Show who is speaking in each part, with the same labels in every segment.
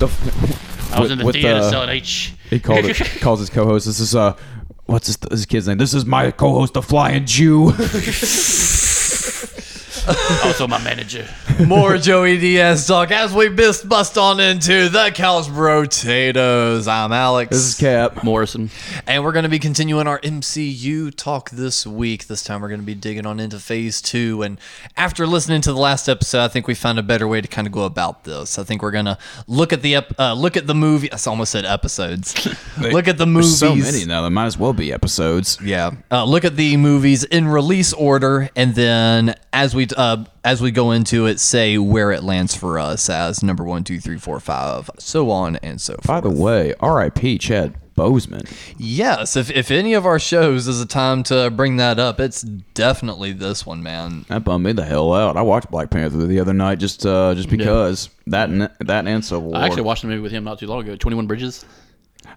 Speaker 1: The f-
Speaker 2: I was
Speaker 1: with-
Speaker 2: in the
Speaker 1: with uh,
Speaker 2: theater
Speaker 1: the-
Speaker 2: selling H.
Speaker 1: He called it, calls his co-host. This is uh, what's his, his kid's name? This is my co-host, the Flying Jew.
Speaker 2: also my manager.
Speaker 3: More Joey Diaz talk as we bust bust on into the Couch Potatoes. I'm Alex.
Speaker 1: this is Cap.
Speaker 2: Morrison.
Speaker 3: And we're going to be continuing our MCU talk this week. This time we're going to be digging on into phase two. And after listening to the last episode, I think we found a better way to kind of go about this. I think we're going to look at the ep- uh, look at the movie. I almost said episodes. look at the movies.
Speaker 1: There's so many now. There might as well be episodes.
Speaker 3: Yeah. Uh, look at the movies in release order, and then as we uh, as we go into it, say where it lands for us as number one, two, three, four, five, so on and so forth.
Speaker 1: By the way, R.I.P. Chad Bozeman.
Speaker 3: Yes. If if any of our shows is a time to bring that up, it's definitely this one, man.
Speaker 1: That bummed me the hell out. I watched Black Panther the other night just uh, just because that and, that and Civil War.
Speaker 2: I actually watched a movie with him not too long ago. Twenty One Bridges.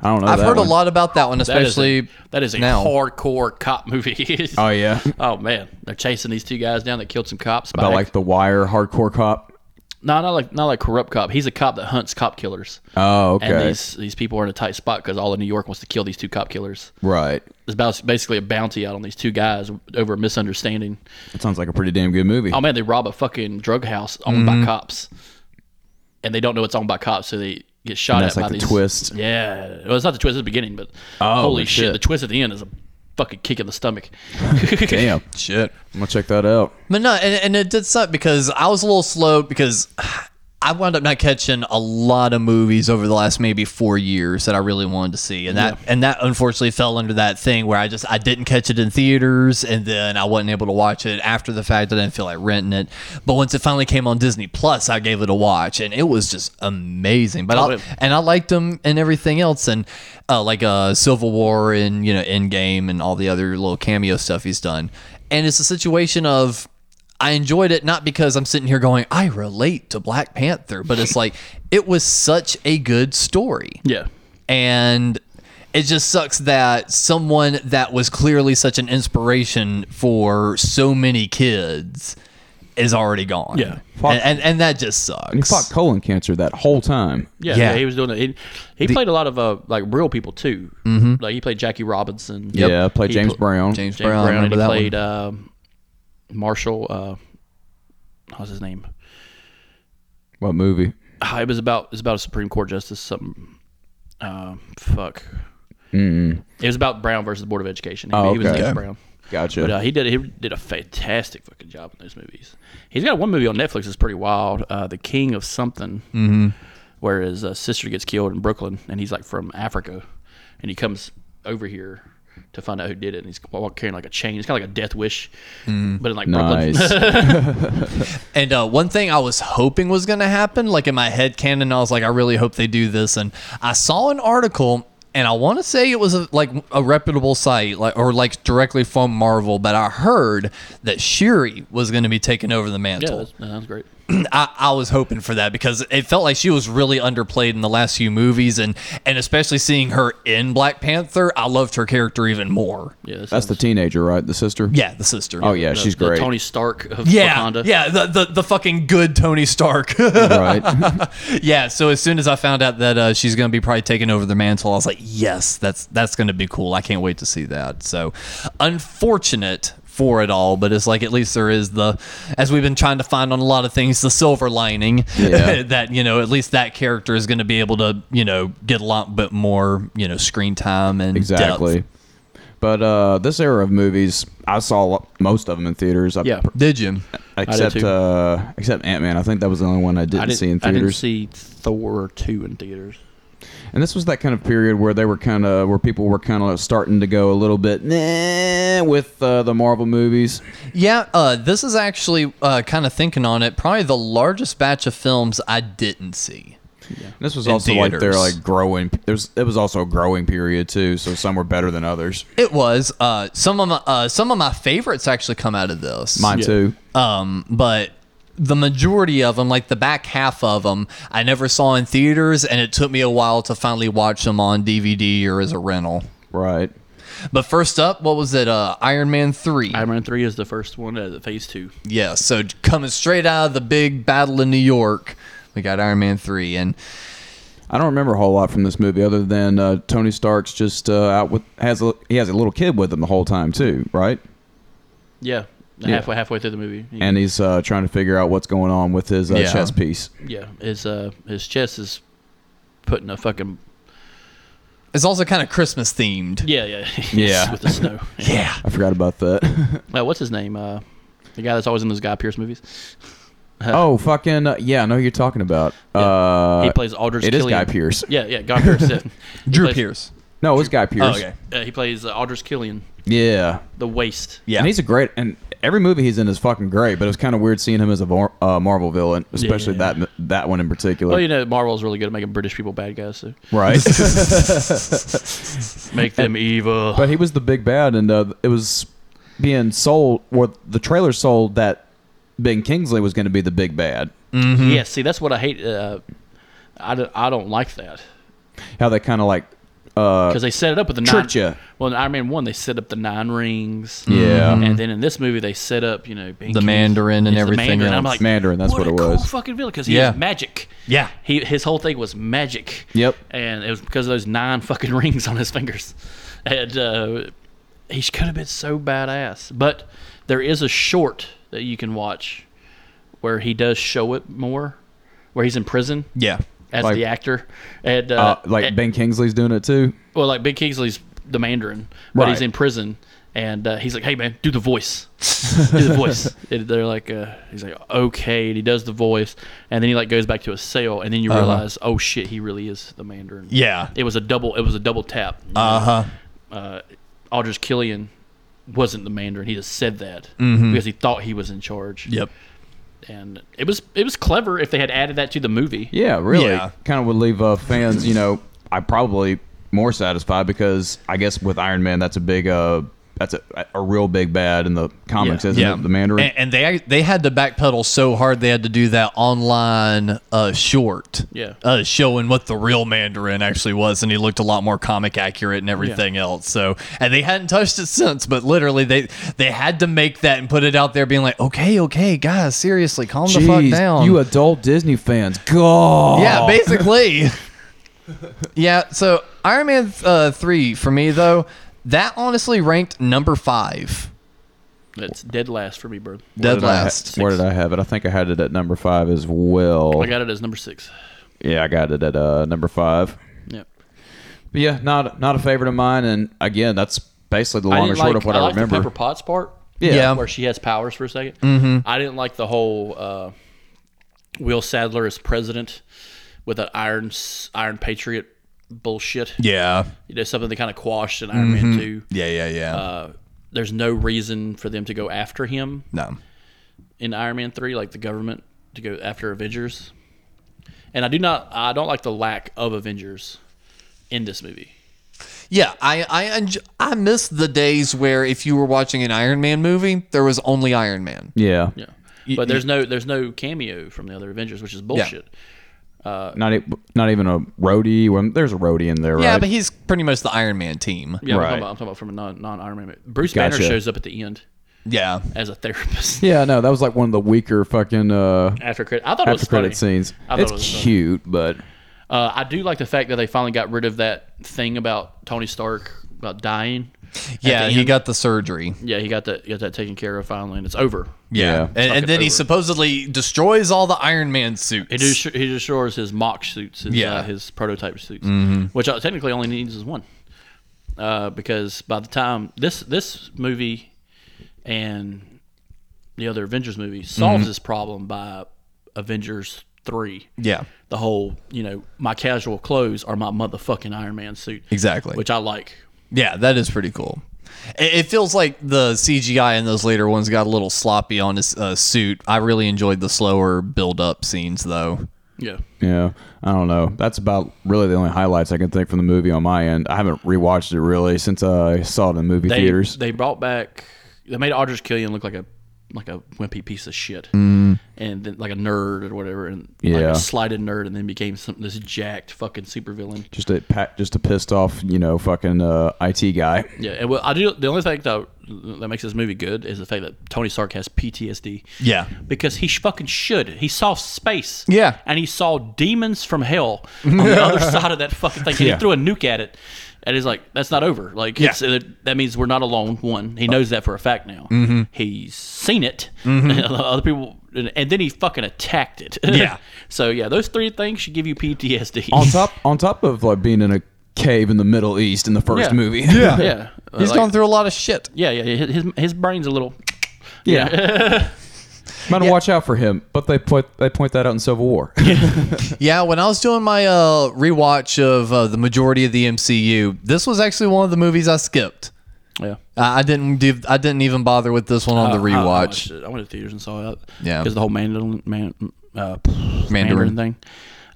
Speaker 1: I don't know.
Speaker 3: I've
Speaker 1: that
Speaker 3: heard
Speaker 1: one.
Speaker 3: a lot about that one,
Speaker 2: That is
Speaker 3: especially
Speaker 2: a, that is a
Speaker 3: now.
Speaker 2: hardcore cop movie.
Speaker 1: Oh yeah,
Speaker 2: Oh man, they're chasing these two guys down that killed some cops.
Speaker 1: about like the Wire hardcore cop.
Speaker 2: no, not like not like corrupt cop. He's a cop that hunts cop killers.
Speaker 1: Oh
Speaker 2: And
Speaker 1: okay,
Speaker 2: these these people are in a tight spot because all of New York wants to kill these two cop killers.
Speaker 1: right.
Speaker 2: It's about basically a bounty out on these two guys over a misunderstanding.
Speaker 1: That sounds like a pretty damn good movie.
Speaker 2: Oh man, they rob a fucking drug house owned
Speaker 1: Mm-hmm.
Speaker 2: by cops, and they don't know it's owned by cops, so they get shot
Speaker 1: And
Speaker 2: at
Speaker 1: that's
Speaker 2: by
Speaker 1: like the
Speaker 2: these,
Speaker 1: twist.
Speaker 2: Yeah, well, it's not the twist at the beginning, but
Speaker 1: Oh,
Speaker 2: holy shit.
Speaker 1: shit.
Speaker 2: the twist at the end is a fucking kick in the stomach.
Speaker 1: Damn, shit. I'm gonna check that out.
Speaker 3: But no, and, and it did suck because I was a little slow because I wound up not catching a lot of movies over the last maybe four years that I really wanted to see, and that and that unfortunately fell under that thing where I just I didn't catch it in theaters, and then I wasn't able to watch it after the fact. I didn't feel like renting it, but once it finally came on Disney Plus, I gave it a watch, and it was just amazing. But
Speaker 2: Oh,
Speaker 3: I,
Speaker 2: it-
Speaker 3: and I liked them and everything else, and uh, like uh, Civil War and you know Endgame and all the other little cameo stuff he's done. And it's a situation of I enjoyed it not because I'm sitting here going I relate to Black Panther, but it's like it was such a good story
Speaker 2: Yeah,
Speaker 3: and it just sucks that someone that was clearly such an inspiration for so many kids is already gone.
Speaker 2: Yeah.
Speaker 1: Fuck.
Speaker 3: and and, and that just
Speaker 1: He
Speaker 3: sucks.
Speaker 1: fought colon cancer that whole time.
Speaker 2: yeah,
Speaker 3: Yeah.
Speaker 2: yeah, He was doing it. He, he played a lot of uh, like real people too. Mm-hmm. Like he played Jackie Robinson.
Speaker 1: Yeah, played
Speaker 2: He
Speaker 1: James
Speaker 2: pl-
Speaker 1: Brown.
Speaker 3: James,
Speaker 2: James
Speaker 3: Brown,
Speaker 2: Brown, and
Speaker 3: remember
Speaker 2: he
Speaker 3: that
Speaker 2: played
Speaker 3: one?
Speaker 2: um, Marshall. Uh, what was his name?
Speaker 1: What movie?
Speaker 2: Ah, It was about it was about a Supreme Court justice. Something. Uh, fuck. It was about Brown versus the Board of Education. He,
Speaker 1: Oh,
Speaker 2: he was
Speaker 1: okay.
Speaker 2: against Brown.
Speaker 1: Gotcha.
Speaker 2: But uh, he did he did a fantastic fucking job in those movies. He's got one movie on Netflix that's pretty wild, uh, The King of Something, mm-hmm. where his uh, sister gets killed in Brooklyn, and he's like from Africa, and he comes over here to find out who did it, and he's wa- carrying like a chain. It's kind of like a death wish, but in like
Speaker 1: Mm-hmm. nice.
Speaker 2: Brooklyn.
Speaker 3: And uh, one thing I was hoping was going to happen, like in my head canon, I was like, I really hope they do this. And I saw an article, and I want to say it was a, like a reputable site, like or like directly from Marvel, but I heard that Shuri was going to be taking over the
Speaker 2: yeah,
Speaker 3: mantle.
Speaker 2: that's, that sounds great.
Speaker 3: I, I was hoping for that because it felt like she was really underplayed in the last few movies, and and especially seeing her in Black Panther, I loved her character even more.
Speaker 2: Yeah, that
Speaker 1: That's the
Speaker 2: sounds-
Speaker 1: teenager, right? The sister.
Speaker 3: Yeah, the sister.
Speaker 1: Oh yeah, she's
Speaker 2: the
Speaker 1: great.
Speaker 2: Tony Stark of
Speaker 3: Yeah,
Speaker 2: Wakanda.
Speaker 3: yeah, the, the the fucking good Tony Stark.
Speaker 1: right.
Speaker 3: yeah, so as soon as I found out that uh, she's going to be probably taking over the mantle, I was like, yes, that's that's going to be cool. I can't wait to see that. So unfortunate for it all, but it's like at least there is the, as we've been trying to find on a lot of things, the silver lining
Speaker 1: Yeah.
Speaker 3: that you know at least that character is going to be able to you know get a lot bit more you know screen time and depth.
Speaker 1: Exactly. But uh, this era of movies, I saw a lot- most of them in theaters. I,
Speaker 2: Yeah.
Speaker 3: Did you?
Speaker 1: Except
Speaker 2: too.
Speaker 1: uh, except Ant Man. I think that was the only one I didn't,
Speaker 2: I didn't
Speaker 1: see in
Speaker 2: I didn't
Speaker 1: theaters.
Speaker 2: see Thor two in theaters.
Speaker 1: And this was that kind of period where they were kind of where people were kind of starting to go a little bit nah with uh, the Marvel movies.
Speaker 3: Yeah, uh, this is actually uh, kind of thinking on it. Probably the largest batch of films I didn't see.
Speaker 1: And this was
Speaker 3: In
Speaker 1: also like they're
Speaker 3: theaters.
Speaker 1: like growing. There's it was also a growing period too. So some were better than others.
Speaker 3: It was uh, some of my uh, some of my favorites actually come out of this.
Speaker 1: Mine
Speaker 2: Yeah.
Speaker 1: too.
Speaker 3: um, but the majority of them, like the back half of them, I never saw in theaters, and it took me a while to finally watch them on DVD or as a rental.
Speaker 1: Right.
Speaker 3: But first up, what was it? Uh, Iron Man three.
Speaker 2: Iron Man three is the first one uh, the phase two.
Speaker 3: Yeah, so coming straight out of the big battle in New York, we got Iron Man 3. And
Speaker 1: I don't remember a whole lot from this movie other than uh, Tony Stark's just uh, out with has a, he has a little kid with him the whole time too, right?
Speaker 2: Yeah,
Speaker 1: Yeah.
Speaker 2: halfway halfway through the movie. He-
Speaker 1: And he's uh, trying to figure out what's going on with his uh,
Speaker 3: Yeah.
Speaker 1: chess piece.
Speaker 2: yeah, his uh his chest is putting a fucking
Speaker 3: it's also kind of Christmas themed.
Speaker 2: yeah yeah
Speaker 1: Yeah.
Speaker 2: with the snow. Yeah.
Speaker 3: Yeah.
Speaker 1: I forgot about that.
Speaker 2: Uh, what's his name? Uh, the guy that's always in those Guy Pierce movies.
Speaker 1: oh, fucking uh, yeah! I know who you're talking about.
Speaker 2: Yeah.
Speaker 1: Uh,
Speaker 2: he plays Aldrich.
Speaker 1: it is
Speaker 2: Killian.
Speaker 1: Guy Pierce.
Speaker 2: Yeah, yeah, Guy Pierce. yeah. He
Speaker 3: Drew
Speaker 2: plays-
Speaker 3: Pierce.
Speaker 1: No, it's Guy Pierce.
Speaker 3: Oh, okay.
Speaker 2: Uh, he plays uh, Aldrich Killian,
Speaker 1: Yeah.
Speaker 2: the waste.
Speaker 3: Yeah.
Speaker 1: And he's a great, and every movie he's in is fucking great. But it was kind of weird seeing him as a Mar- uh, Marvel villain, especially
Speaker 2: Yeah.
Speaker 1: that that one in particular.
Speaker 2: Well, you know, Marvel's really good at making British people bad guys, so
Speaker 1: Right.
Speaker 2: make them evil.
Speaker 1: but he was the big bad, and uh, it was being sold, or the trailer sold that Ben Kingsley was going to be the big bad. Mm-hmm.
Speaker 2: Yeah, see, that's what I hate. Uh, I, don't, I don't like that
Speaker 1: How they kind of like, uh,
Speaker 2: because they set it up with the
Speaker 1: Tricked
Speaker 2: nine.
Speaker 1: ya.
Speaker 2: Well, in Iron Man one, they set up the nine rings.
Speaker 1: Yeah.
Speaker 2: and then in this movie, they set up you know being
Speaker 3: Mm-hmm. The
Speaker 2: king-
Speaker 3: Mandarin and
Speaker 2: It's the
Speaker 3: everything
Speaker 2: Mandarin. I'm
Speaker 3: else.
Speaker 2: like
Speaker 1: Mandarin, that's what
Speaker 2: a
Speaker 1: it
Speaker 2: cool
Speaker 1: was.
Speaker 2: fucking villain because he
Speaker 3: Yeah.
Speaker 2: has magic.
Speaker 3: Yeah.
Speaker 2: He his whole thing was magic.
Speaker 1: Yep.
Speaker 2: And it was because of those nine fucking rings on his fingers. And uh, he could have been so badass. But there is a short that you can watch where he does show it more, where he's in prison
Speaker 3: Yeah.
Speaker 2: as
Speaker 1: Like-
Speaker 2: the actor, and uh,
Speaker 1: uh, like
Speaker 3: eh.
Speaker 2: and-
Speaker 1: Ben Kingsley's doing it too.
Speaker 2: well, like Big Kingsley's the Mandarin, but
Speaker 1: Right.
Speaker 2: he's in prison, and uh, he's like, "Hey, man, do the voice, do the voice." And they're like, uh, "He's like, okay," and he does the voice, and then he like goes back to his cell, and then you realize, "Oh shit, he really is the Mandarin."
Speaker 3: Uh-huh. Yeah.
Speaker 2: it was a double. It was a double tap. you know?
Speaker 3: Uh huh.
Speaker 2: uh, Aldrich Killian wasn't the Mandarin. He just said that because he thought he was in charge.
Speaker 3: Mm-hmm. Yep.
Speaker 2: and it was it was clever if they had added that to the movie.
Speaker 1: Yeah, really.
Speaker 3: Yeah.
Speaker 1: Kind of would leave uh, fans, you know, I probably more satisfied because I guess with Iron Man, that's a big, uh, that's a, a real big bad in the comics,
Speaker 2: Yeah.
Speaker 1: isn't
Speaker 3: Yeah.
Speaker 1: it? The Mandarin.
Speaker 3: And, and they they had to backpedal so hard they had to do that online uh, short.
Speaker 2: Yeah.
Speaker 3: Uh, showing what the real Mandarin actually was, and he looked a lot more comic accurate and everything else. So, and they hadn't touched it since. But literally, they they had to make that and put it out there, being like, okay, okay, guys, seriously, calm the fuck down.
Speaker 1: you adult Disney fans, God.
Speaker 3: Yeah, basically. yeah, so Iron Man uh, 3 for me though, that honestly ranked number 5.
Speaker 2: That's dead last for me, bro.
Speaker 1: Where
Speaker 3: Dead
Speaker 1: did I ha-
Speaker 3: last.
Speaker 1: where did I have it? I think I had it at number five as well.
Speaker 2: I got it as number six.
Speaker 1: yeah, I got it at uh, number five.
Speaker 2: Yep.
Speaker 1: But yeah, not not a favorite of mine. And again, that's basically the
Speaker 2: I
Speaker 1: long or
Speaker 2: didn't
Speaker 1: short
Speaker 2: like,
Speaker 1: of what I,
Speaker 2: I, liked
Speaker 1: remember.
Speaker 2: The Pepper Potts part,
Speaker 1: yeah.
Speaker 3: Yeah.
Speaker 2: where she has powers for a 2nd Mm-hmm. I didn't like the whole uh, Will Sadler as president with that Iron s- Iron Patriot bullshit.
Speaker 3: yeah. Mm-hmm.
Speaker 2: You know, something they kind of quashed in Iron Man Two.
Speaker 3: Yeah, yeah, yeah.
Speaker 2: Uh, there's no reason for them to go after him
Speaker 3: no.
Speaker 2: in Iron Man Three, like the government to go after Avengers. And I do not, I don't like the lack of Avengers in this movie.
Speaker 3: Yeah, I I enj- I miss the days where if you were watching an Iron Man movie, there was only Iron Man.
Speaker 1: Yeah.
Speaker 2: Yeah, but there's no there's no cameo from the other Avengers, which is bullshit.
Speaker 1: Not e- not even a roadie. When there's a roadie in there,
Speaker 3: Yeah,
Speaker 1: right?
Speaker 3: but he's pretty much the Iron Man team.
Speaker 2: Yeah,
Speaker 1: Right.
Speaker 2: I'm, talking about, I'm talking about from a non non Iron Man. Bruce
Speaker 1: Gotcha.
Speaker 2: Banner shows up at the end
Speaker 3: Yeah.
Speaker 2: as a therapist
Speaker 1: yeah, no, that was like one of the weaker fucking uh,
Speaker 2: after credit. I thought
Speaker 1: after
Speaker 2: it was
Speaker 1: credit
Speaker 2: funny.
Speaker 1: scenes.
Speaker 2: I thought
Speaker 1: It's
Speaker 2: it was funny.
Speaker 1: cute, but
Speaker 2: Uh, I do like the fact that they finally got rid of that thing about Tony Stark about dying. At
Speaker 3: Yeah,
Speaker 2: the
Speaker 3: he
Speaker 2: end-
Speaker 3: got the surgery.
Speaker 2: yeah he got that got that taken care of finally, and it's over.
Speaker 1: Yeah.
Speaker 3: And, and
Speaker 2: Fucking
Speaker 3: then he
Speaker 2: over.
Speaker 3: supposedly destroys all the Iron Man suits.
Speaker 2: He just he destroys his mock suits, his,
Speaker 3: Yeah. Mm-hmm.
Speaker 2: uh, his prototype suits, which uh, technically only needs is one, uh, because by the time this this movie
Speaker 3: Mm-hmm.
Speaker 2: and the other Avengers movie solves this problem by Avengers three.
Speaker 3: Yeah.
Speaker 2: The whole, you know, my casual clothes are my motherfucking Iron Man suit.
Speaker 3: Exactly.
Speaker 2: Which I like.
Speaker 3: Yeah, that is pretty cool. It, it feels like the CGI in those later ones got a little sloppy on his uh, suit. I really enjoyed the slower build up scenes though.
Speaker 2: Yeah.
Speaker 1: Yeah, I don't know. That's about really the only highlights I can think from the movie on my end. I haven't rewatched it really since I saw it in movie
Speaker 2: They,
Speaker 1: theaters.
Speaker 2: they brought back they made Aldrich Killian look like a like a wimpy piece of shit. And then like a nerd or whatever and like
Speaker 1: Mm. Yeah.
Speaker 2: a slighted nerd and then became some this jacked fucking supervillain.
Speaker 1: Just a pa- just a pissed off, you know, fucking uh, IT guy.
Speaker 2: Yeah, and well, I do. The only thing that that makes this movie good is the fact that Tony Stark has PTSD.
Speaker 3: Yeah.
Speaker 2: because he sh- fucking should. He saw space.
Speaker 3: Yeah.
Speaker 2: and he saw demons from hell on the other side of that fucking thing.
Speaker 1: Yeah.
Speaker 2: He threw a nuke at it, and he's like, "That's not over." Like, it's, it, that means we're not alone. One,
Speaker 3: Oh.
Speaker 2: he knows that for a fact now.
Speaker 3: Mm-hmm.
Speaker 2: He's seen it. Other people, and, and then he fucking attacked it.
Speaker 3: Yeah.
Speaker 2: so yeah, those three things should give you PTSD.
Speaker 1: On top on top of like being in a cave in the Middle East in the first
Speaker 2: Yeah.
Speaker 1: movie.
Speaker 2: yeah,
Speaker 3: He's
Speaker 2: like-
Speaker 3: gone through a lot of shit.
Speaker 2: Yeah, yeah, his his- his brain's a little.
Speaker 1: yeah. Man, watch out for him. But they put they point that out in Civil War.
Speaker 3: Yeah, when I was doing my uh, rewatch of uh, the majority of the MCU, this was actually one of the movies I skipped.
Speaker 2: Yeah.
Speaker 3: I I didn't do. I didn't even bother with this one on the
Speaker 2: I- I
Speaker 3: rewatch.
Speaker 2: watched it. I went to theaters and saw it.
Speaker 3: Yeah.
Speaker 2: because the whole Mandarin man, uh, Mandarin.
Speaker 3: Mandarin.
Speaker 2: thing.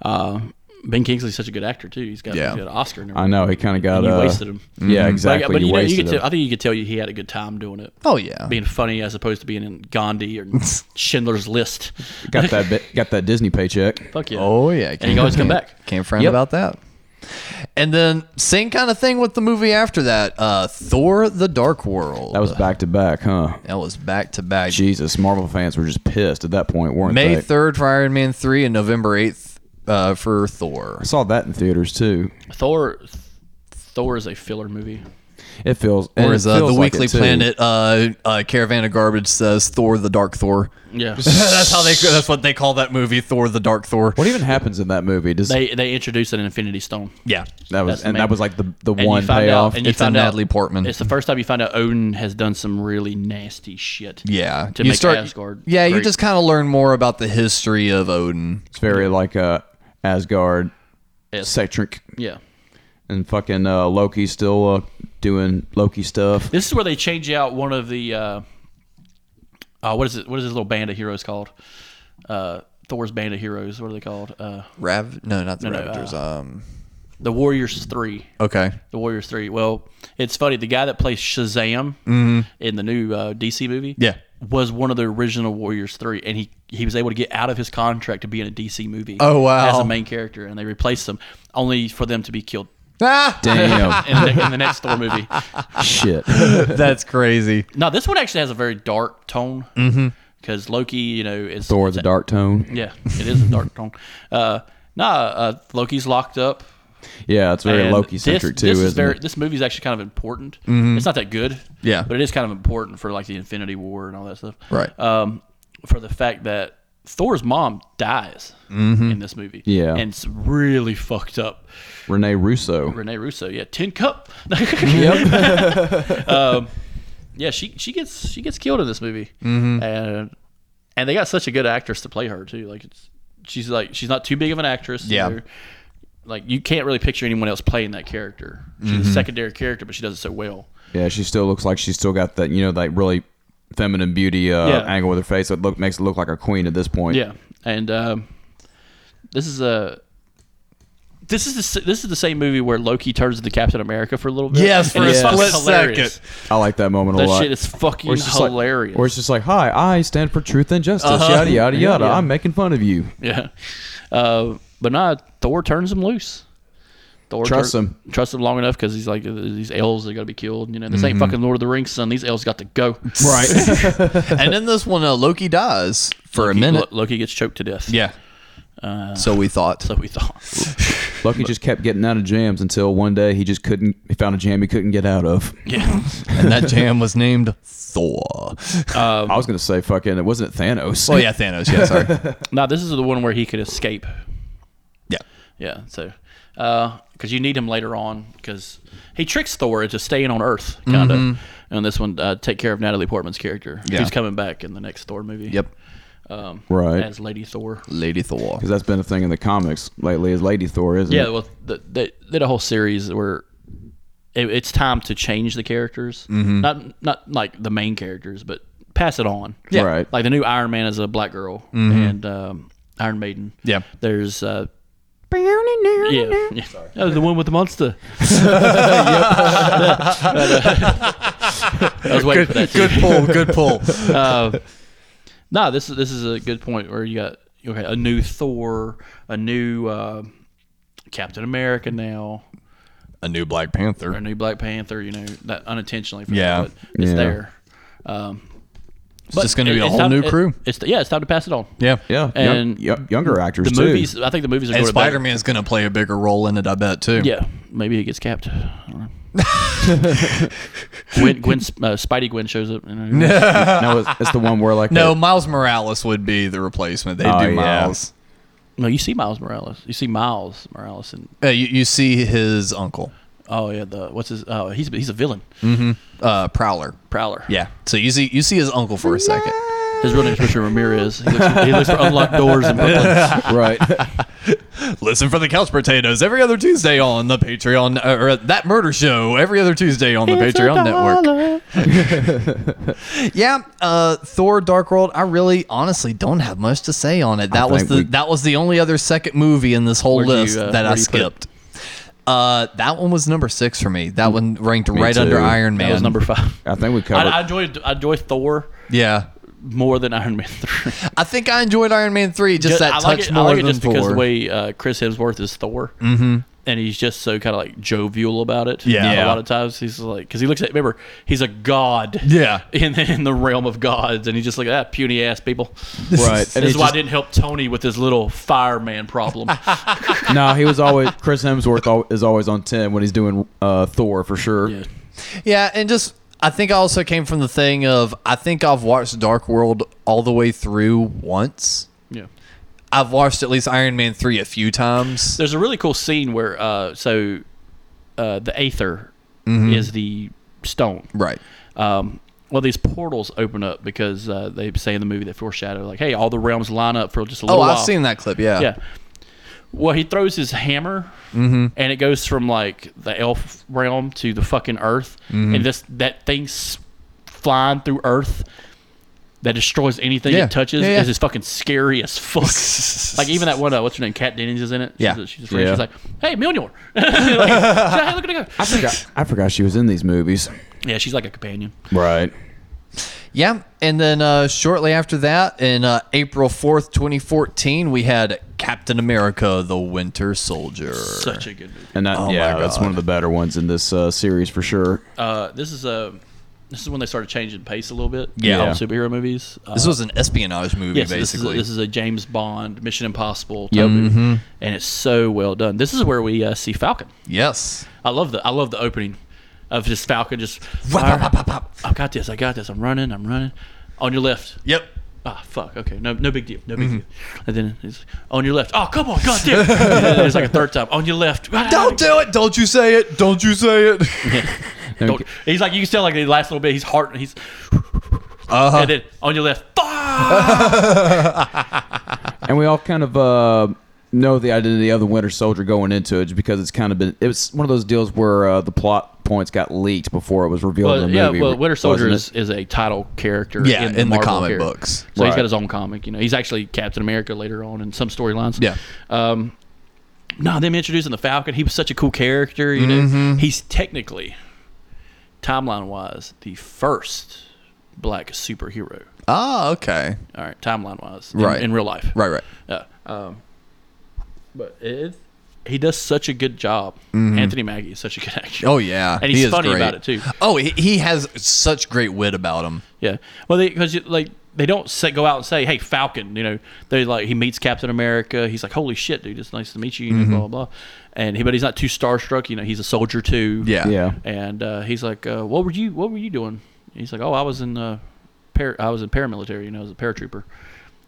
Speaker 2: Uh, ben Kingsley's such a good actor too. He's got,
Speaker 3: Yeah.
Speaker 2: he got an Oscar. And
Speaker 1: I know he kind of got
Speaker 2: everything. You
Speaker 1: uh,
Speaker 2: wasted him.
Speaker 1: Yeah,
Speaker 2: Like,
Speaker 1: exactly.
Speaker 2: but
Speaker 1: you,
Speaker 2: you, know, you
Speaker 1: wasted
Speaker 2: could
Speaker 1: him.
Speaker 2: tell, I think you could tell you he had a good time doing it.
Speaker 3: oh yeah,
Speaker 2: Being funny as opposed to being in Gandhi or Schindler's List.
Speaker 1: got that bit, got that Disney paycheck.
Speaker 2: Fuck yeah.
Speaker 3: oh yeah.
Speaker 2: And he can always come back.
Speaker 3: Can't frown
Speaker 1: Yep.
Speaker 3: about that. And then same kind of thing with the movie after that, uh, Thor: The Dark World.
Speaker 1: That was back to back, huh?
Speaker 3: that was back to back.
Speaker 1: Jesus, Marvel fans were just pissed at that point, weren't
Speaker 3: May
Speaker 1: they?
Speaker 3: third for Iron Man three and November eighth uh, for Thor.
Speaker 1: I saw that in theaters too.
Speaker 2: Thor. Thor is a filler movie.
Speaker 1: It feels
Speaker 3: Or
Speaker 1: and
Speaker 3: as
Speaker 1: it
Speaker 3: uh, the
Speaker 1: feels like
Speaker 3: Weekly
Speaker 1: it, too.
Speaker 3: Planet uh, uh, Caravan of Garbage says, Thor: The Dark Thor.
Speaker 2: Yeah.
Speaker 3: that's how they. That's what they call that movie, Thor: The Dark Thor.
Speaker 1: What even happens in that movie? Does
Speaker 2: they they introduced an Infinity Stone.
Speaker 3: Yeah,
Speaker 1: that was
Speaker 2: that's the
Speaker 1: and
Speaker 2: main-
Speaker 1: that was like the the
Speaker 2: And you
Speaker 1: one
Speaker 2: find out-
Speaker 1: payoff.
Speaker 2: and you
Speaker 3: It's a
Speaker 2: find out-
Speaker 3: Natalie Portman.
Speaker 2: It's the first time you find out Odin has done some really nasty shit.
Speaker 3: yeah.
Speaker 2: to make Asgard
Speaker 3: Yeah, you
Speaker 2: great.
Speaker 3: just kind of learn more about the history of Odin.
Speaker 1: it's very like uh, Asgard
Speaker 2: Yes.
Speaker 1: centric,
Speaker 2: yeah.
Speaker 1: and fucking uh, Loki still uh, doing Loki stuff.
Speaker 2: This is where they change out one of the uh, uh what is it? What is this little band of heroes called? Uh, Thor's band of heroes. What are they called? Uh,
Speaker 3: Rav? No, not the
Speaker 2: no,
Speaker 3: Ravagers. um.
Speaker 2: the Warriors Three.
Speaker 3: Okay.
Speaker 2: The Warriors Three. Well, it's funny. The guy that plays Shazam in the new uh, DC movie,
Speaker 3: Yeah.
Speaker 2: was one of the original Warriors Three, and he he was able to get out of his contract to be in a DC movie.
Speaker 3: Oh, wow.
Speaker 2: As a main character, and they replaced him only for them to be killed
Speaker 3: Ah,
Speaker 1: Damn,
Speaker 2: in the, in the next Thor movie.
Speaker 1: shit.
Speaker 3: that's crazy.
Speaker 2: No, this one actually has a very dark tone. Mm-hmm. Because Loki, you know, is
Speaker 1: Thor the dark tone.
Speaker 2: Yeah, it is a dark tone. Uh, nah, uh, Loki's locked up.
Speaker 1: Yeah, it's very
Speaker 2: and
Speaker 1: Loki centric
Speaker 2: this-
Speaker 1: too,
Speaker 2: This
Speaker 1: isn't
Speaker 2: is very,
Speaker 1: it? Mm-hmm.
Speaker 2: This movie's actually kind of important. It's not that good.
Speaker 3: Yeah.
Speaker 2: but it is kind of important for like the Infinity War and all that stuff.
Speaker 3: Right.
Speaker 2: Um, for the fact that Thor's mom dies in this movie.
Speaker 1: Mm-hmm. Yeah.
Speaker 2: and it's really fucked up.
Speaker 1: Rene Russo.
Speaker 2: Renee Russo, yeah, tin cup. Um,
Speaker 1: Yep.
Speaker 2: yeah, she she gets she gets killed in this movie, and and they got such a good actress to play her too. Like it's she's like she's not too big of an actress.
Speaker 3: Yeah.
Speaker 2: They're- like you can't really picture anyone else playing that character. She's a secondary character, but she does it so well.
Speaker 1: yeah, she still looks like she's still got that you know that really feminine beauty uh,
Speaker 2: Yeah.
Speaker 1: angle with her face that look makes it look like a queen at this point.
Speaker 2: Yeah, and um, this is a. This is the, s- this is the same movie where Loki turns into Captain America for a little bit.
Speaker 3: Yes, for
Speaker 2: And
Speaker 3: a
Speaker 2: it's fucking
Speaker 3: split
Speaker 2: hilarious.
Speaker 3: second.
Speaker 1: I like that moment a
Speaker 2: That
Speaker 1: lot.
Speaker 2: shit is fucking
Speaker 1: it's just like-
Speaker 2: hilarious. Uh-huh.
Speaker 1: or it's just like, hi, I stand for truth and justice, yada, yada, yada. I'm making fun of you.
Speaker 2: Yeah. Uh, but nah, Thor turns him loose. Thor
Speaker 1: Trust
Speaker 2: turn-
Speaker 1: him.
Speaker 2: Trust him long enough because he's like, uh, these elves are going to be killed. You know, this ain't
Speaker 3: Mm-hmm.
Speaker 2: fucking Lord of the Rings, son. These elves got to go.
Speaker 1: Right.
Speaker 3: and in this one, uh, Loki dies for a minute.
Speaker 2: Lo- Loki gets choked to death.
Speaker 3: yeah. so we thought.
Speaker 2: So we thought.
Speaker 1: Lucky just kept getting out of jams until one day he just couldn't, he found a jam he couldn't get out of.
Speaker 2: Yeah.
Speaker 3: and that jam was named Thor.
Speaker 2: Um,
Speaker 1: I was going to say, fucking, it wasn't Thanos.
Speaker 3: Oh yeah, Thanos. Yeah, sorry.
Speaker 2: now, this is the one where he could escape.
Speaker 3: yeah.
Speaker 2: Yeah. So, because you need him later on because he tricks Thor into staying on Earth, kind of. And this one, uh, take care of Natalie Portman's character,
Speaker 3: Mm-hmm. Yeah.
Speaker 2: who's coming back in the next Thor movie.
Speaker 3: Yep.
Speaker 2: um,
Speaker 1: Right.
Speaker 2: as Lady Thor.
Speaker 3: Lady Thor.
Speaker 1: because that's been a thing in the comics lately. Is Lady Thor, isn't
Speaker 2: Yeah,
Speaker 1: it?
Speaker 2: well, the, they did a whole series where it, it's time to change the characters, mm-hmm. not not like the main characters, but pass it on.
Speaker 1: Yeah. Right.
Speaker 2: Like the new Iron Man is a black girl, and um, Iron Maiden.
Speaker 3: Mm-hmm. Yeah.
Speaker 2: there's. Uh, yeah, yeah. That was the one with the monster. uh, I was waiting for that.
Speaker 3: Good pull. Good pull.
Speaker 2: Uh, no, this is this is a good point where you got okay a new Thor, a new uh, Captain America now,
Speaker 3: A new Black
Speaker 2: a
Speaker 3: Panther.
Speaker 2: new Black Panther. You know that unintentionally, for
Speaker 3: Yeah.
Speaker 2: them, but it's
Speaker 1: Yeah.
Speaker 2: there. Um,
Speaker 3: It's just going to be
Speaker 2: it-
Speaker 3: a
Speaker 2: it's
Speaker 3: whole
Speaker 2: time-
Speaker 3: new
Speaker 2: it-
Speaker 3: crew.
Speaker 2: it's yeah, it's time to pass it on.
Speaker 3: Yeah.
Speaker 1: Yeah,
Speaker 2: And
Speaker 1: young, y- younger actors
Speaker 2: The
Speaker 1: too.
Speaker 2: movies, I think the movies are going
Speaker 3: And
Speaker 2: to better.
Speaker 3: Spider Man's going to play a bigger role in it, I bet, too.
Speaker 2: Yeah, maybe he gets capped. I don't know. Gwen, Gwen, uh, Spidey Gwen shows up. You know,
Speaker 1: no, it's, it's the one where like
Speaker 3: No,
Speaker 1: the-
Speaker 3: Miles Morales would be the replacement. They
Speaker 1: Oh,
Speaker 3: do
Speaker 1: yeah.
Speaker 3: Miles.
Speaker 2: no, you see Miles Morales. You see Miles Morales, and
Speaker 3: Uh, you, you see his uncle,
Speaker 2: oh yeah, the what's his? Oh, he's he's a villain.
Speaker 3: uh, Prowler.
Speaker 2: Prowler.
Speaker 3: Yeah. So you see you see his uncle for a second.
Speaker 2: His real name is Richard Ramirez. He looks, he looks for unlocked doors in Brooklyn.
Speaker 1: right.
Speaker 3: Listen for the couch potatoes every other Tuesday on the Patreon uh, or or that murder show every other Tuesday on the Patreon network. yeah, uh, Thor: Dark World. I really, honestly, don't have much to say on it. That was
Speaker 1: think
Speaker 3: the
Speaker 1: we-
Speaker 3: that was the only other second movie in this whole
Speaker 2: Where'd you,
Speaker 3: list
Speaker 2: uh,
Speaker 3: that I
Speaker 2: where'd you put it? Mm,
Speaker 3: skipped. Uh, that one was number six for me. That one ranked right under
Speaker 1: too.
Speaker 3: Iron Man.
Speaker 2: That was number five.
Speaker 1: I think we
Speaker 2: I,
Speaker 1: covered.
Speaker 2: I enjoyed I enjoyed Thor
Speaker 3: Yeah,
Speaker 2: more than Iron Man three.
Speaker 3: I think I enjoyed Iron Man three just, that
Speaker 2: I
Speaker 3: touch
Speaker 2: like it,
Speaker 3: more
Speaker 2: I like it
Speaker 3: than
Speaker 2: just
Speaker 3: Thor.
Speaker 2: because the way uh, Chris Hemsworth is Thor, mm-hmm. and he's just so kind of like jovial about it.
Speaker 3: Yeah.
Speaker 2: a lot of times he's like because he looks at remember he's a god.
Speaker 3: Yeah.
Speaker 2: in the, in the realm of gods, and he's just like ah puny ass people.
Speaker 1: right.
Speaker 2: This is why I didn't help Tony with his little fireman problem.
Speaker 1: no, he was always Chris Hemsworth al- is always on ten when he's doing uh, Thor for sure.
Speaker 2: yeah.
Speaker 3: Yeah, and just I think I also came from the thing of I think I've watched Dark World all the way through once.
Speaker 2: yeah.
Speaker 3: I've watched at least Iron Man three a few times.
Speaker 2: There's a really cool scene where uh, so uh, the Aether is the stone.
Speaker 3: Right.
Speaker 2: Um, well, these portals open up because uh, they say in the movie that foreshadow like, hey, all the realms line up for just a
Speaker 3: Oh,
Speaker 2: little while.
Speaker 3: I've seen that clip. Yeah.
Speaker 2: Yeah. Well, he throws his hammer,
Speaker 3: Mm-hmm.
Speaker 2: and it goes from like the elf realm to the fucking Earth,
Speaker 3: Mm-hmm.
Speaker 2: and this that thing's flying through Earth that destroys anything
Speaker 3: Yeah.
Speaker 2: it touches
Speaker 3: Yeah, yeah.
Speaker 2: is just fucking scary as fuck. like even that one, uh, what's her name, Kat Dennings is in it.
Speaker 3: Yeah.
Speaker 2: she's, she's, a friend.
Speaker 1: Yeah.
Speaker 2: she's like, hey, Mjolnir. like, she's like, hey, look at it go.
Speaker 1: I forgot. I forgot she was in these movies.
Speaker 2: Yeah, she's like a companion.
Speaker 1: Right.
Speaker 3: Yeah. And then uh, shortly after that, in uh, April fourth, twenty fourteen, we had Captain America: The Winter Soldier.
Speaker 2: Such a good movie.
Speaker 1: And that,
Speaker 3: Oh my
Speaker 1: yeah, that's
Speaker 3: God.
Speaker 1: one of the better ones in this uh, series for sure.
Speaker 2: Uh, this is a. This is when they started changing pace a little bit.
Speaker 3: Yeah.
Speaker 2: on superhero movies. Uh,
Speaker 3: This was an espionage movie,
Speaker 2: Yes, this is, a,
Speaker 3: basically. Mm-hmm.
Speaker 2: this is a James Bond, Mission Impossible type movie, and it's so well done. This is where we uh, see Falcon.
Speaker 3: yes.
Speaker 2: I love the I love the opening of just Falcon just.
Speaker 3: Wap,
Speaker 2: "All
Speaker 3: wap, wap,
Speaker 2: right,
Speaker 3: wap, wap."
Speaker 2: I got this. I got this. I'm running. I'm running. On your left.
Speaker 3: Yep. Mm-hmm.
Speaker 2: Ah, fuck. Okay. No, no big deal. No big deal. And then it's on your left. Oh, come on, goddamn. and then it's like a third time on your left.
Speaker 3: Don't do it! Don't you say it! Don't you say it!
Speaker 2: Don't- He's like you can tell like the last little bit. He's heart. He's
Speaker 3: Uh-huh.
Speaker 2: and then on your left. Fuck.
Speaker 1: And we all kind of uh, know the identity of the Winter Soldier going into it, just because it's kind of been it was one of those deals where uh, the plot points got leaked before it was revealed
Speaker 2: Well,
Speaker 1: in the
Speaker 2: yeah,
Speaker 1: movie.
Speaker 2: well, Winter Soldier
Speaker 1: wasn't
Speaker 2: is, is a title character.
Speaker 3: Yeah,
Speaker 2: in the,
Speaker 3: in the
Speaker 2: Marvel
Speaker 3: comic
Speaker 2: character.
Speaker 3: books.
Speaker 2: So he's
Speaker 1: Right.
Speaker 2: got his own comic. You know, he's actually Captain America later on in some storylines.
Speaker 3: Yeah.
Speaker 2: Um, no, them introducing the Falcon. He was such a cool character. You
Speaker 3: Mm-hmm.
Speaker 2: know, he's technically, timeline wise, the first black superhero.
Speaker 3: Ah, okay.
Speaker 2: All right, timeline wise,
Speaker 3: Right.
Speaker 2: in, real life,
Speaker 3: Right, right.
Speaker 2: Yeah. Um, but it, he does such a good job. Anthony Mackie is such a good actor.
Speaker 3: Mm-hmm. Oh yeah,
Speaker 2: and he's
Speaker 3: he is
Speaker 2: funny
Speaker 3: great.
Speaker 2: about it too.
Speaker 3: Oh, he, he has such great wit about him.
Speaker 2: Yeah. Well, because like they don't say, go out and say, "Hey, Falcon," you know. They like he meets Captain America. He's like, "Holy shit, dude! It's nice to meet you." you know,
Speaker 3: Mm-hmm.
Speaker 2: Blah blah. blah. And he, but he's not too starstruck. You know, he's a soldier too.
Speaker 3: Yeah.
Speaker 1: it? yeah,
Speaker 2: And uh, he's like, uh, "What were you? What were you doing?" He's like, "Oh, I was in uh, par- I was in paramilitary. You know, I was a paratrooper."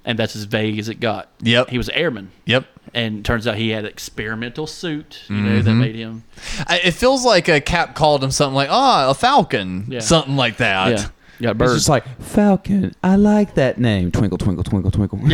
Speaker 2: And that's as vague as it got.
Speaker 3: Yep.
Speaker 2: He was an airman.
Speaker 3: Yep.
Speaker 2: And turns out he had an experimental suit, you know,
Speaker 3: Mm-hmm.
Speaker 2: that made him.
Speaker 3: I, it feels like a cap called him something like, "Ah, a falcon,"
Speaker 2: Yeah.
Speaker 3: something like that.
Speaker 2: Yeah. Yeah,
Speaker 1: It's
Speaker 2: bird.
Speaker 1: just like Falcon. I like that name. Twinkle, twinkle, twinkle, twinkle.
Speaker 2: and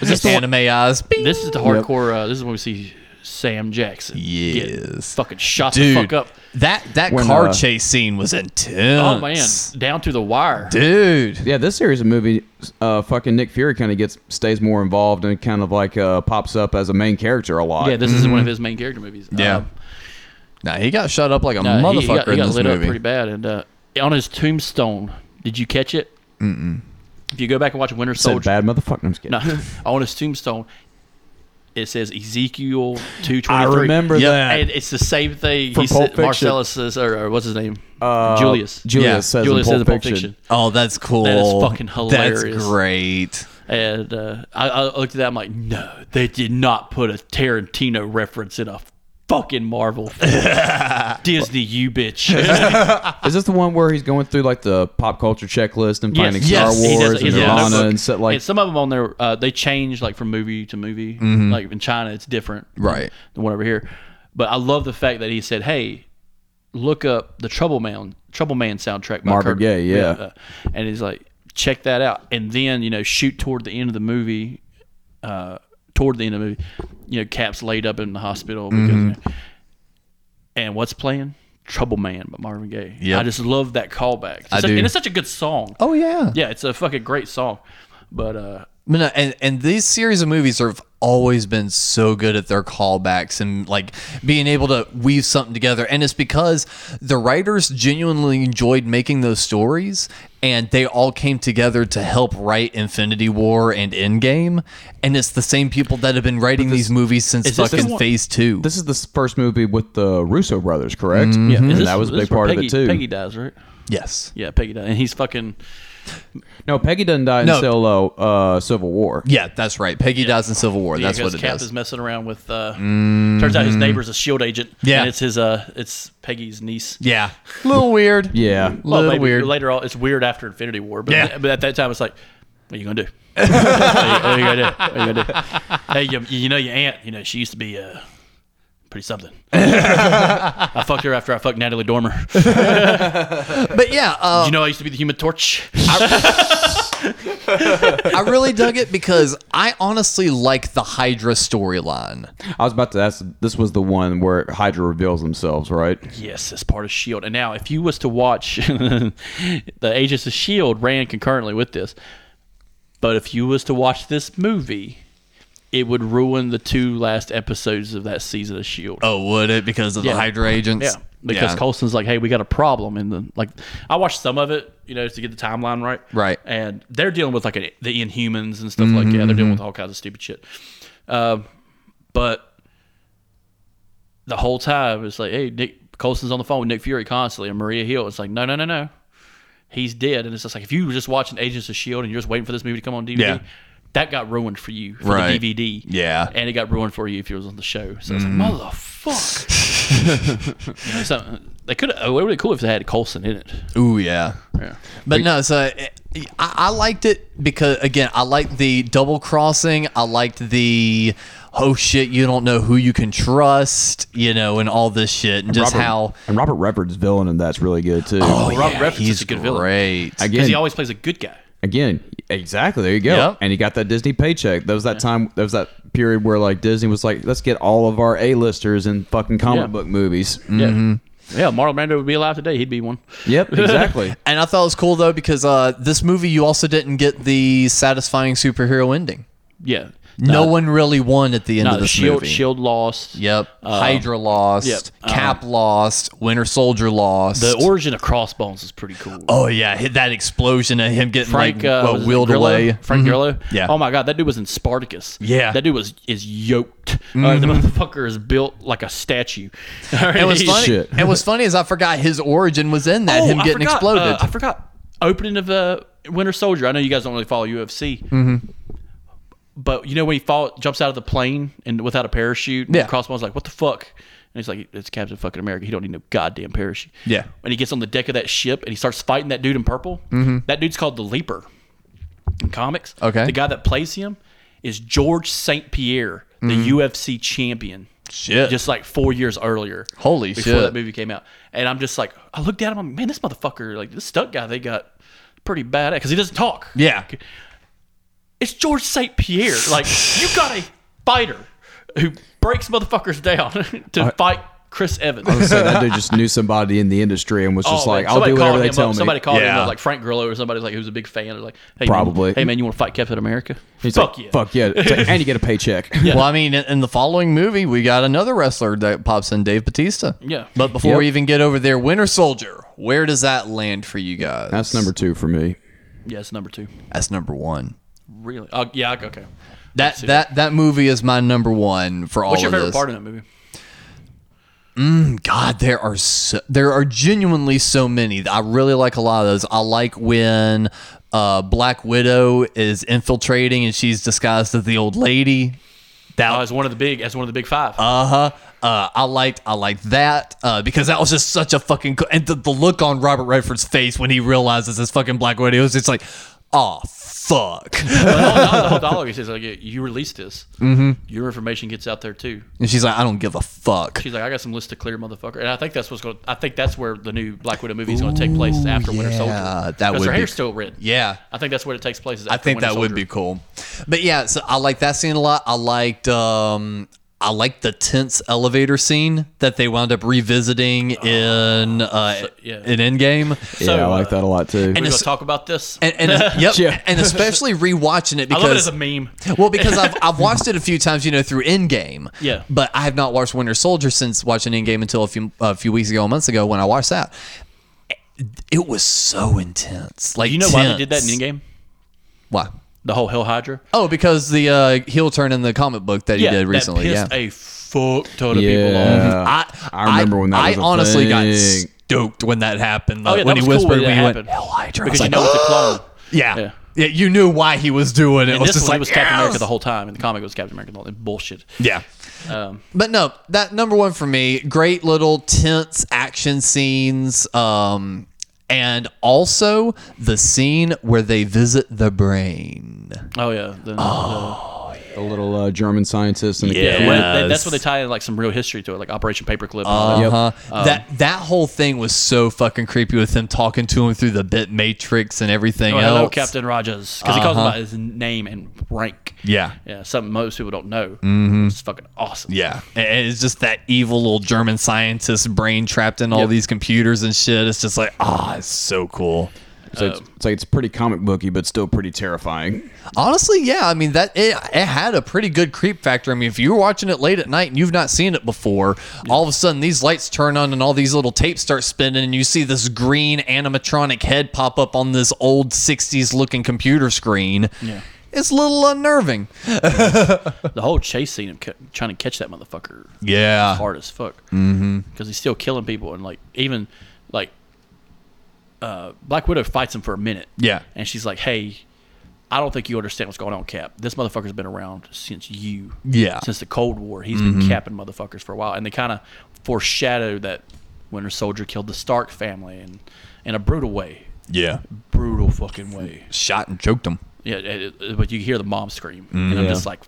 Speaker 3: Is this anime eyes? Bing.
Speaker 2: this is the hardcore. Uh, this is when we see Sam Jackson. get
Speaker 3: Yes.
Speaker 2: fucking shot
Speaker 3: Dude,
Speaker 2: the fuck up.
Speaker 3: that that
Speaker 1: When,
Speaker 3: car
Speaker 1: uh,
Speaker 3: chase scene was intense.
Speaker 2: Oh man, down to the wire.
Speaker 3: dude.
Speaker 1: yeah, this series of movie, uh, fucking Nick Fury kind of gets stays more involved and kind of like uh, pops up as a main character a lot.
Speaker 2: Yeah, this is one of his main character movies.
Speaker 3: Mm-hmm. Yeah.
Speaker 2: Um,
Speaker 3: Nah, he got shut up like a
Speaker 2: uh,
Speaker 3: motherfucker
Speaker 2: he, he got, he
Speaker 3: in
Speaker 2: got
Speaker 3: this
Speaker 2: lit up
Speaker 3: movie.
Speaker 2: pretty bad, and uh, on his tombstone, did you catch it? Mm-mm. If you go back and watch Winter
Speaker 1: said
Speaker 2: Soldier,
Speaker 1: bad motherfucker. I'm just kidding.
Speaker 2: no, on his tombstone, it says Ezekiel two twenty three.
Speaker 1: I remember
Speaker 3: Yeah,
Speaker 1: that.
Speaker 2: And it's the same thing.
Speaker 1: From
Speaker 2: he
Speaker 1: Pulp
Speaker 2: said,
Speaker 1: Fiction.
Speaker 2: Marcellus says, or, or what's his name?
Speaker 1: Uh,
Speaker 2: Julius.
Speaker 1: Julius
Speaker 3: Yeah,
Speaker 1: says
Speaker 2: Julius
Speaker 1: in Pulp
Speaker 2: says in Pulp
Speaker 1: Fiction.
Speaker 2: Fiction.
Speaker 3: oh, that's cool.
Speaker 2: fucking hilarious.
Speaker 3: That's great.
Speaker 2: And uh, I, I looked at that. I'm like, no, they did not put a Tarantino reference in a fucking Marvel. film. Disney, you bitch.
Speaker 1: Is this the one where he's going through like the pop culture checklist and finding Star
Speaker 3: yes. He does-
Speaker 1: Wars
Speaker 3: he
Speaker 1: and
Speaker 3: does a
Speaker 1: Nirvana
Speaker 3: notebook.
Speaker 1: and stuff like?
Speaker 2: And some of them on there, uh, they change like from movie to movie.
Speaker 1: Mm-hmm.
Speaker 2: Like in China, it's different.
Speaker 3: Right.
Speaker 2: Than one over here. But I love the fact that he said, hey, look up the Trouble Man, Trouble Man soundtrack. By
Speaker 1: Marvin
Speaker 2: Kurt-
Speaker 1: Gaye, yeah.
Speaker 2: uh, and he's like, check that out. And then, you know, shoot toward the end of the movie, uh, toward the end of the movie, you know, Cap's laid up in the hospital. Because,
Speaker 1: Mm-hmm.
Speaker 2: and what's playing? Trouble Man by Marvin Gaye.
Speaker 3: Yep.
Speaker 2: I just love that callback. It's
Speaker 3: I
Speaker 2: such-
Speaker 3: do.
Speaker 2: And it's such a good song.
Speaker 3: Oh yeah.
Speaker 2: Yeah, it's a fucking great song. But uh
Speaker 3: I mean, and and these series of movies have always been so good at their callbacks and like being able to weave something together and it's because the writers genuinely enjoyed making those stories and they all came together to help write Infinity War and Endgame and it's the same people that have been writing these movies since
Speaker 2: is this the
Speaker 3: fucking
Speaker 2: one-
Speaker 3: phase 2
Speaker 1: This is the s- first movie with the Russo brothers, correct?
Speaker 2: yeah,
Speaker 1: and
Speaker 2: is this-
Speaker 1: Mm-hmm. that was a
Speaker 2: this
Speaker 1: big
Speaker 2: where
Speaker 1: part of
Speaker 2: Peggy-
Speaker 1: it too.
Speaker 2: Peggy dies, right?
Speaker 3: yes
Speaker 2: Yeah, Peggy dies. And he's fucking
Speaker 1: No, Peggy doesn't die
Speaker 3: No.
Speaker 1: until uh, uh, Civil War.
Speaker 3: yeah that's right Peggy dies in Civil War that's
Speaker 2: yeah,
Speaker 3: what
Speaker 2: 'cause
Speaker 3: it
Speaker 2: Cap
Speaker 3: does Mm.
Speaker 2: is messing around with uh turns out his neighbor's a shield E agent.
Speaker 3: Yeah.
Speaker 2: And it's his uh it's Peggy's niece.
Speaker 3: yeah a little weird
Speaker 1: Yeah.
Speaker 3: a little
Speaker 2: maybe
Speaker 3: weird
Speaker 2: Later on it's weird after Infinity War, but
Speaker 3: Yeah.
Speaker 2: but at that time it's like, what are you gonna do? what are you gonna do? What are you gonna do? Hey, you, you know your aunt, you know, she used to be uh pretty something. I fucked her after I fucked Natalie Dormer.
Speaker 3: but yeah uh,
Speaker 2: you know I used to be the human torch.
Speaker 3: I really dug it because I honestly like the Hydra storyline.
Speaker 1: I was about to ask. This was the one where Hydra reveals themselves, right?
Speaker 2: Yes, as part of Shield. E And now, if you was to watch, the Agents of Shield E ran concurrently with this, but if you was to watch this movie, it would ruin the two last episodes of that season of Shield.
Speaker 3: Oh, would it? Because of
Speaker 2: Yeah.
Speaker 3: the Hydra agents?
Speaker 2: Yeah, because
Speaker 3: Yeah.
Speaker 2: Colson's like, "Hey, we got a problem," and then like I watched some of it, you know, to get the timeline right.
Speaker 3: Right.
Speaker 2: And they're dealing with like an, the Inhumans and stuff like that. They're
Speaker 3: Mm-hmm.
Speaker 2: dealing with all kinds of stupid shit. Um, but the whole time it's like, hey, Nick Colson's on the phone with Nick Fury constantly, and Maria Hill. It's like, no, no, no, no, he's dead. And it's just like if you were just watching Agents of Shield E and you're just waiting for this movie to come on DVD.
Speaker 3: Yeah.
Speaker 2: That got ruined for you for
Speaker 3: Right.
Speaker 2: the DVD.
Speaker 3: Yeah. Mm-hmm.
Speaker 2: And it got ruined for you if you was on the show. So it's like, motherfuck. So they could. It would be cool if they had Colson in it.
Speaker 3: Ooh, yeah.
Speaker 2: Yeah.
Speaker 3: But no, so it, I, I liked it because, again, I liked the double crossing. I liked the, oh shit, you don't know who you can trust, you know, and all this shit. And just
Speaker 1: Robert,
Speaker 3: how.
Speaker 1: and Robert Redford's villain in that's really good too.
Speaker 3: Oh,
Speaker 2: Robert
Speaker 3: yeah,
Speaker 2: Redford's
Speaker 3: he's
Speaker 2: such a good villain.
Speaker 3: great.
Speaker 2: Because
Speaker 1: again,
Speaker 2: he always plays a good guy.
Speaker 1: again, exactly. There you go.
Speaker 3: Yep.
Speaker 1: And he got that Disney paycheck. There was that time. There was that period where like Disney was like, let's get all of our A listers in fucking comic
Speaker 2: Yeah. Mm.
Speaker 1: book movies. Mm.
Speaker 3: Mm-hmm.
Speaker 2: Yeah. Yeah. Marlon Brando would be alive today. He'd be one.
Speaker 1: Yep, exactly.
Speaker 3: And I thought it was cool, though, because uh, this movie, you also didn't get the satisfying superhero ending.
Speaker 2: Yeah.
Speaker 3: No one really won at the end
Speaker 2: No,
Speaker 3: of this
Speaker 2: Shield.
Speaker 3: movie.
Speaker 2: Shield lost.
Speaker 3: Yep. Hydra lost.
Speaker 2: Uh, yep. uh-huh.
Speaker 3: Cap lost. Winter Soldier lost.
Speaker 2: The origin of Crossbones is pretty cool.
Speaker 3: oh yeah, hit that explosion of him getting
Speaker 2: Frank
Speaker 3: like
Speaker 2: uh,
Speaker 3: well,
Speaker 2: was it
Speaker 3: wheeled
Speaker 2: Grillo?
Speaker 3: away.
Speaker 2: Frank Grillo.
Speaker 3: Mm-hmm. Yeah.
Speaker 2: Oh my God, that dude was in Spartacus.
Speaker 3: Yeah. Mm-hmm.
Speaker 2: That dude was is yoked. Uh, the motherfucker is built like a statue.
Speaker 3: And what's funny?
Speaker 1: Shit.
Speaker 3: And what's funny is I forgot his origin was in that
Speaker 2: Oh,
Speaker 3: him
Speaker 2: I
Speaker 3: getting
Speaker 2: forgot,
Speaker 3: exploded.
Speaker 2: uh, I forgot. Opening of uh, Winter Soldier. I know you guys don't really follow UFC.
Speaker 3: Mm-hmm.
Speaker 2: But you know when he fall, jumps out of the plane and without a parachute,
Speaker 3: Yeah.
Speaker 2: Crossbones like, "What the fuck?" And he's like, "It's Captain fucking America. He don't need no goddamn parachute."
Speaker 3: Yeah.
Speaker 2: And he gets on the deck of that ship and he starts fighting that dude in purple. That dude's called the Leaper in comics.
Speaker 3: Mm-hmm. Okay. Mm-hmm.
Speaker 2: The guy that plays him is George St. Pierre, the UFC champion.
Speaker 3: Shit.
Speaker 2: just like four years earlier.
Speaker 3: Holy
Speaker 2: before
Speaker 3: shit.
Speaker 2: that movie came out, and I'm just like, I looked at him. I'm like, man, this motherfucker, like this stunt guy, they got pretty bad because he doesn't talk.
Speaker 3: Yeah.
Speaker 2: it's George St. Pierre. Like you got a fighter who breaks motherfuckers down to fight Chris Evans.
Speaker 1: So that dude just knew somebody in the industry and was
Speaker 2: Oh,
Speaker 1: just
Speaker 2: man.
Speaker 1: like, I'll
Speaker 2: Somebody
Speaker 1: do whatever
Speaker 2: called
Speaker 1: they
Speaker 2: him
Speaker 1: tell
Speaker 2: up.
Speaker 1: me.
Speaker 2: Somebody called him
Speaker 3: Yeah.
Speaker 2: up, like Frank Grillo or somebody like who's a big fan. They're like, hey,
Speaker 1: Probably.
Speaker 2: man, hey man, you want to fight Captain America?
Speaker 1: He's
Speaker 2: Fuck
Speaker 1: like,
Speaker 2: yeah.
Speaker 1: Fuck yeah. It's like, and you get a paycheck.
Speaker 3: Well, I mean, in- in the following movie, we got another wrestler that pops in, Dave Batista.
Speaker 2: Yeah.
Speaker 3: But before
Speaker 1: Yep.
Speaker 3: we even get over there, Winter Soldier, where does that land for you guys?
Speaker 1: That's number two for me.
Speaker 2: Yeah, it's number two.
Speaker 3: That's number one.
Speaker 2: Really? Oh, yeah. Okay.
Speaker 3: That that that movie is my number one for all
Speaker 2: What's your
Speaker 3: of
Speaker 2: favorite
Speaker 3: this.
Speaker 2: part of that movie?
Speaker 3: God, there are so, there are genuinely so many. I really like a lot of those. I like when uh, Black Widow is infiltrating and she's disguised as the old lady. That
Speaker 2: Oh, as one of the big, as one of the big five.
Speaker 3: Uh-huh. Uh I liked I liked that uh, because that was just such a fucking co- and the, the look on Robert Redford's face when he realizes his fucking Black Widow is it's like, oh fuck,
Speaker 2: Well, no, the whole dialogue he says like, "You release this,
Speaker 3: Mm-hmm.
Speaker 2: your information gets out there too."
Speaker 3: and she's like, I don't give a fuck.
Speaker 2: She's like, "I got some list to clear, motherfucker," and I think that's what's going. to I think that's where the new Black Widow movie is going to take place after Winter Soldier.
Speaker 3: yeah, that
Speaker 2: 'Cause
Speaker 3: would
Speaker 2: her
Speaker 3: be-
Speaker 2: hair's still red.
Speaker 3: Yeah,
Speaker 2: I think that's where it takes place. Is
Speaker 3: I think that would be cool. But yeah, so I like that scene a lot. I liked um I liked the tense elevator scene that they wound up revisiting in uh
Speaker 2: Oh, yeah.
Speaker 3: in Endgame.
Speaker 2: So,
Speaker 1: yeah, I like
Speaker 2: uh,
Speaker 1: that a lot too.
Speaker 2: We're going
Speaker 3: it's-
Speaker 2: to talk about this.
Speaker 3: And, and yep,
Speaker 1: Yeah.
Speaker 3: and especially rewatching it
Speaker 2: I
Speaker 3: because
Speaker 2: love it as a meme.
Speaker 3: Well, because I've, I've watched it a few times, you know, through Endgame.
Speaker 2: Yeah.
Speaker 3: But I have not watched Winter Soldier since watching Endgame until a few a few weeks ago, months ago when I watched that. It was so intense. Like
Speaker 2: You know why they did that in
Speaker 3: tense.
Speaker 2: Endgame?
Speaker 3: Why?
Speaker 2: The whole Hell Hydra.
Speaker 3: Oh, because the uh, heel turn in the comic book that he
Speaker 2: yeah,
Speaker 3: did recently.
Speaker 2: That
Speaker 3: Yeah.
Speaker 2: pissed a fuck ton of people off.
Speaker 1: yeah.
Speaker 3: I,
Speaker 1: I remember when that
Speaker 3: I
Speaker 1: was a
Speaker 3: honestly got
Speaker 1: thing.
Speaker 3: stoked when that happened. Like,
Speaker 2: Oh, yeah, that
Speaker 3: when he
Speaker 2: was cool
Speaker 3: whispered,
Speaker 2: when
Speaker 3: when
Speaker 2: that
Speaker 3: he went,
Speaker 2: happened.
Speaker 3: Hell Hydra. I
Speaker 2: Because
Speaker 3: was
Speaker 2: you
Speaker 3: like,
Speaker 2: know it's a clone.
Speaker 3: yeah.
Speaker 2: Yeah.
Speaker 3: yeah. you knew why he was doing it. it
Speaker 2: And
Speaker 3: was
Speaker 2: this
Speaker 3: just
Speaker 2: one
Speaker 3: like,
Speaker 2: it was Captain
Speaker 3: yes!
Speaker 2: America the whole time, and the comic was Captain America the whole time. Bullshit.
Speaker 3: Yeah.
Speaker 2: Um,
Speaker 3: But no, that number one for me, great little tense action scenes. Um, and also the scene where they visit the brain.
Speaker 2: oh yeah. The, the-
Speaker 1: the little uh, German scientist and the
Speaker 2: Yeah,
Speaker 1: kid.
Speaker 2: when it- they- that's
Speaker 3: Yes.
Speaker 2: when they tie in like some real history to it, like Operation Paperclip. and all that.
Speaker 1: Yep.
Speaker 3: Uh-huh.
Speaker 2: Um,
Speaker 3: that that whole thing was so fucking creepy with them talking to him through the bit matrix and everything
Speaker 2: Oh,
Speaker 3: else.
Speaker 2: hello, Captain Rogers, because he calls him by his name and rank.
Speaker 3: Uh-huh. Yeah.
Speaker 2: yeah, something most people don't know. Mm-hmm. It's fucking awesome.
Speaker 3: Yeah, and and it's just that evil little German scientist brain trapped in all
Speaker 2: Yep.
Speaker 3: these computers and shit. It's just like, ah, it's so cool.
Speaker 1: So it's, it's like it's pretty comic booky, but still pretty terrifying.
Speaker 3: Honestly, yeah. I mean that it, it had a pretty good creep factor. I mean, if you were watching it late at night and you've not seen it before, all of a sudden these lights turn on and all these little tapes start spinning, and you see this green animatronic head pop up on this old '60s looking computer screen. Yeah. It's a little unnerving.
Speaker 2: The whole chase scene of ca- trying to catch that motherfucker
Speaker 3: Yeah.
Speaker 2: hard as fuck because mm-hmm. he's still killing people and like even like uh, Black Widow fights him for a minute.
Speaker 3: Yeah.
Speaker 2: and she's like, "Hey, I don't think you understand what's going on, Cap. This motherfucker's been around since you,
Speaker 3: Yeah. Mm-hmm.
Speaker 2: since the Cold War. He's been capping motherfuckers for a while." And they kind of foreshadow that Winter Soldier killed the Stark family and in a brutal way,
Speaker 3: Yeah.
Speaker 2: brutal fucking way.
Speaker 3: Shot and choked him.
Speaker 2: Yeah, it- it- but you hear the mom scream, and I'm
Speaker 3: Mm-hmm.
Speaker 2: just like,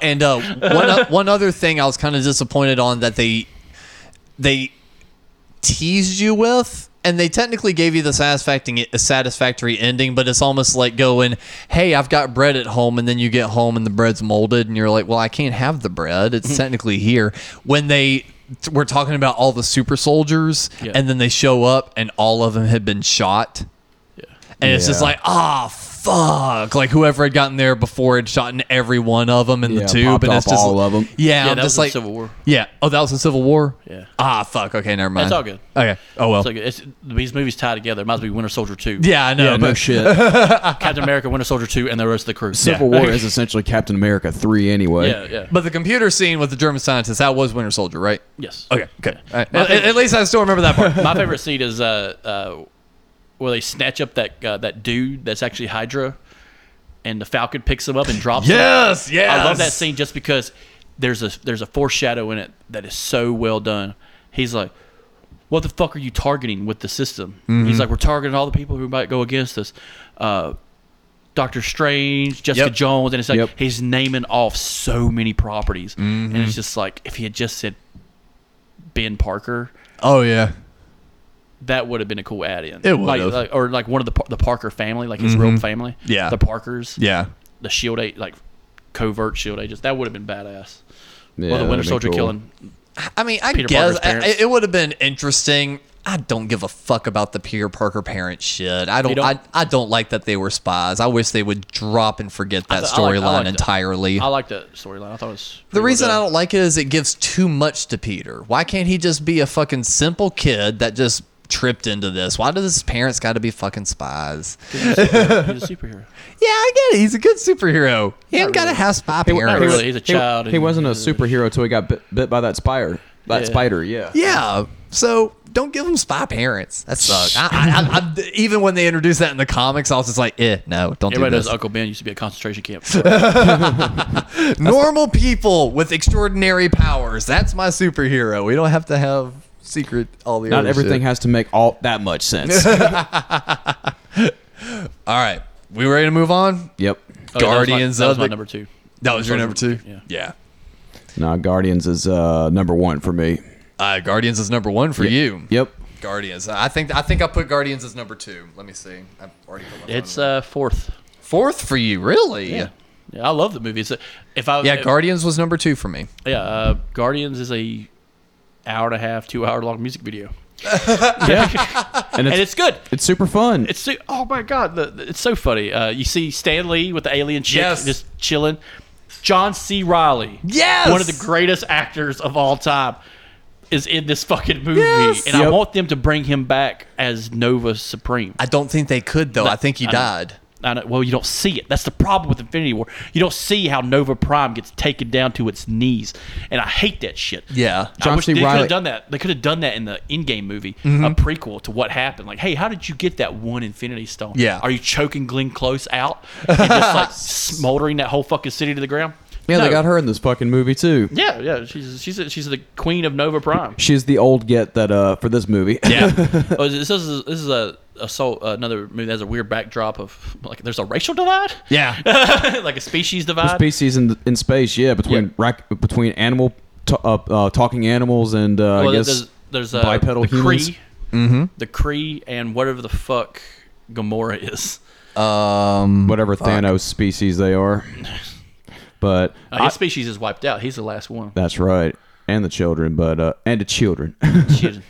Speaker 3: And uh, one o- one other thing I was kind of disappointed on that they they teased you with, and they technically gave you the satisfactory satisfactory ending, but it's almost like going, "Hey, I've got bread at home," and then you get home and the bread's molded, and you're like, "Well, I can't have the bread. It's technically here." When they t- were talking about all the super soldiers,
Speaker 2: Yeah.
Speaker 3: and then they show up, and all of them had been shot. And it's just
Speaker 1: Yeah.
Speaker 3: like, ah, fuck. Like whoever had gotten there before had shot in every one of them in
Speaker 1: Yeah,
Speaker 3: the tube,
Speaker 1: popped
Speaker 3: and
Speaker 1: off
Speaker 3: it's just
Speaker 1: all of 'em.
Speaker 3: Yeah,
Speaker 2: "Yeah, that
Speaker 3: I'm
Speaker 2: was
Speaker 3: just
Speaker 2: the
Speaker 3: like
Speaker 2: Civil War."
Speaker 3: Yeah. Oh, that was the Civil War.
Speaker 2: Yeah.
Speaker 3: Ah, fuck. Okay, never mind.
Speaker 2: It's all good.
Speaker 3: Okay. Oh well.
Speaker 2: It's like it's, these movies tie together. It might as well be Winter Soldier Two.
Speaker 3: yeah, I know.
Speaker 1: Yeah, Oh, no
Speaker 3: but
Speaker 1: shit.
Speaker 2: Captain America, Winter Soldier Two, and the rest of the crew.
Speaker 1: Civil War is essentially Captain America three anyway.
Speaker 2: Yeah, yeah.
Speaker 3: but the computer scene with the German scientist that was Winter Soldier, right?
Speaker 2: yes.
Speaker 3: Okay. Good. All right.
Speaker 2: My
Speaker 3: At,
Speaker 2: favorite-
Speaker 3: at least I still remember that part.
Speaker 2: My favorite scene is uh, uh, where they snatch up that uh, that dude that's actually Hydra, and the Falcon picks him up and drops
Speaker 3: yes.
Speaker 2: him.
Speaker 3: Yes.
Speaker 2: I love that scene just because there's a there's a foreshadow in it that is so well done. He's like, "What the fuck are you
Speaker 3: Mm-hmm.
Speaker 2: targeting with the system?" He's like, "We're targeting all the people who might go against us." Uh, Doctor Strange, Jessica
Speaker 3: Yep. Mm-hmm.
Speaker 2: Jones, and it's like
Speaker 1: Yep.
Speaker 2: he's naming off so many properties, and it's just like if he had just said Ben Parker,
Speaker 3: Oh yeah.
Speaker 2: that would have been a cool add-in.
Speaker 3: It
Speaker 2: like,
Speaker 3: would've.
Speaker 2: like- or like one of the Par- the Parker family, like his real family.
Speaker 3: Yeah.
Speaker 2: the Parkers.
Speaker 3: Yeah.
Speaker 2: the Shield eight, like covert Shield agents. That would have been badass.
Speaker 1: Yeah,
Speaker 2: well, the Winter
Speaker 1: that'd be
Speaker 2: Soldier
Speaker 1: cool.
Speaker 2: killing.
Speaker 3: I mean, I
Speaker 2: Peter
Speaker 3: guess
Speaker 2: Parker's
Speaker 3: I,
Speaker 2: parents.
Speaker 3: it would have been interesting. I don't give a fuck about the Peter Parker parent shit. I don't.
Speaker 2: don't-
Speaker 3: I, I don't like that they were spies. I wish they would drop and forget that
Speaker 2: th- I like- I
Speaker 3: storyline
Speaker 2: like that.
Speaker 3: entirely.
Speaker 2: I like that storyline. I thought it was
Speaker 3: The reason I
Speaker 2: I
Speaker 3: don't like it is it gives too much to Peter. Why can't he just be a fucking simple kid that just tripped into this? Why do his parents got to be fucking spies?
Speaker 2: he's a superhero.
Speaker 3: Yeah, I get it. He's a good superhero. He ain't got to have spy
Speaker 1: wa-
Speaker 2: Not
Speaker 3: parents.
Speaker 2: really. He's a
Speaker 1: He-
Speaker 2: child.
Speaker 1: He,
Speaker 2: and-
Speaker 1: wasn't a superhero until he got bit, bit by that spider. That
Speaker 2: Yeah.
Speaker 1: spider, yeah.
Speaker 3: Yeah. So don't give them spy parents. That sucks. I, I, I, I, even when they introduced that in the comics, I was just like, eh, no, don't
Speaker 2: Everybody
Speaker 3: do
Speaker 2: knows
Speaker 3: this.
Speaker 2: Uncle Ben used to be a concentration camp. Oh,
Speaker 3: Normal people with extraordinary powers. That's my superhero. We don't have to have secret all the
Speaker 1: Not
Speaker 3: other
Speaker 1: everything
Speaker 3: shit.
Speaker 1: has to make all that much sense.
Speaker 3: all right. We ready to move on?
Speaker 1: yep.
Speaker 2: Oh, yeah, that was my-
Speaker 3: Guardians
Speaker 2: that was
Speaker 3: of
Speaker 2: my
Speaker 3: the-
Speaker 2: number two.
Speaker 3: That was your number two?
Speaker 2: Yeah.
Speaker 3: Yeah.
Speaker 1: Nah, Guardians is uh, number one for me.
Speaker 3: Uh, Guardians is number one for you.
Speaker 1: Yep.
Speaker 3: Guardians. I think I think I put Guardians as number two. Let me see. I've already put my phone
Speaker 2: It's
Speaker 3: away.
Speaker 2: uh, fourth.
Speaker 3: fourth for you, really?
Speaker 2: Yeah. Yeah, I love the movie. It's a, if I
Speaker 3: Yeah,
Speaker 2: if-
Speaker 3: Guardians was number two for me.
Speaker 2: yeah, uh, Guardians is a hour and a half, two hour long music video,
Speaker 1: And it's,
Speaker 2: and it's good.
Speaker 1: it's super fun.
Speaker 2: It's so, oh my god, the, the- it's so funny. Uh, you see Stan Lee with the alien chick
Speaker 3: Yes.
Speaker 2: just chilling. John C. Riley,
Speaker 3: Yes!
Speaker 2: one of the greatest actors of all time, is in this fucking movie,
Speaker 3: Yes!
Speaker 2: and I
Speaker 1: Yep.
Speaker 2: want them to bring him back as Nova Supreme.
Speaker 3: I don't think they could though. I think he
Speaker 2: I know.
Speaker 3: died.
Speaker 2: I know, well, you don't see it. That's the problem with Infinity War. You don't see how Nova Prime gets taken down to its knees, and I hate that shit.
Speaker 3: Yeah.
Speaker 2: I
Speaker 1: John
Speaker 2: wish
Speaker 1: C.
Speaker 2: they could
Speaker 1: Reilly- Mm-hmm.
Speaker 2: have done that. They could have done that in the in-game movie, a prequel to what happened. Like, hey, how did you get that one Infinity Stone?
Speaker 3: Yeah.
Speaker 2: are you choking Glenn Close out and just like smoldering that whole fucking city to the ground?
Speaker 1: yeah,
Speaker 2: No.
Speaker 1: they got her in this fucking movie too.
Speaker 2: Yeah, yeah, she's she's she's the queen of Nova Prime.
Speaker 1: She's the old get that uh for this movie.
Speaker 3: Yeah.
Speaker 2: oh, this is this is a, a soul, another movie that has a weird backdrop of like there's a racial divide,
Speaker 3: yeah.
Speaker 2: like a species divide.
Speaker 1: Species in in space, yeah, between rac- between animal t- uh, uh, talking animals and uh,
Speaker 2: Well,
Speaker 1: I guess
Speaker 2: there's, there's uh,
Speaker 1: bipedal
Speaker 2: the
Speaker 1: humans. Mm-hmm.
Speaker 2: Kree, the Kree, and whatever the fuck Gamora is.
Speaker 3: Um
Speaker 1: whatever Thanos species they are. But
Speaker 2: Uh, his species is wiped out. He's the last one.
Speaker 1: That's right. And the children, but uh, and the children
Speaker 2: Shit.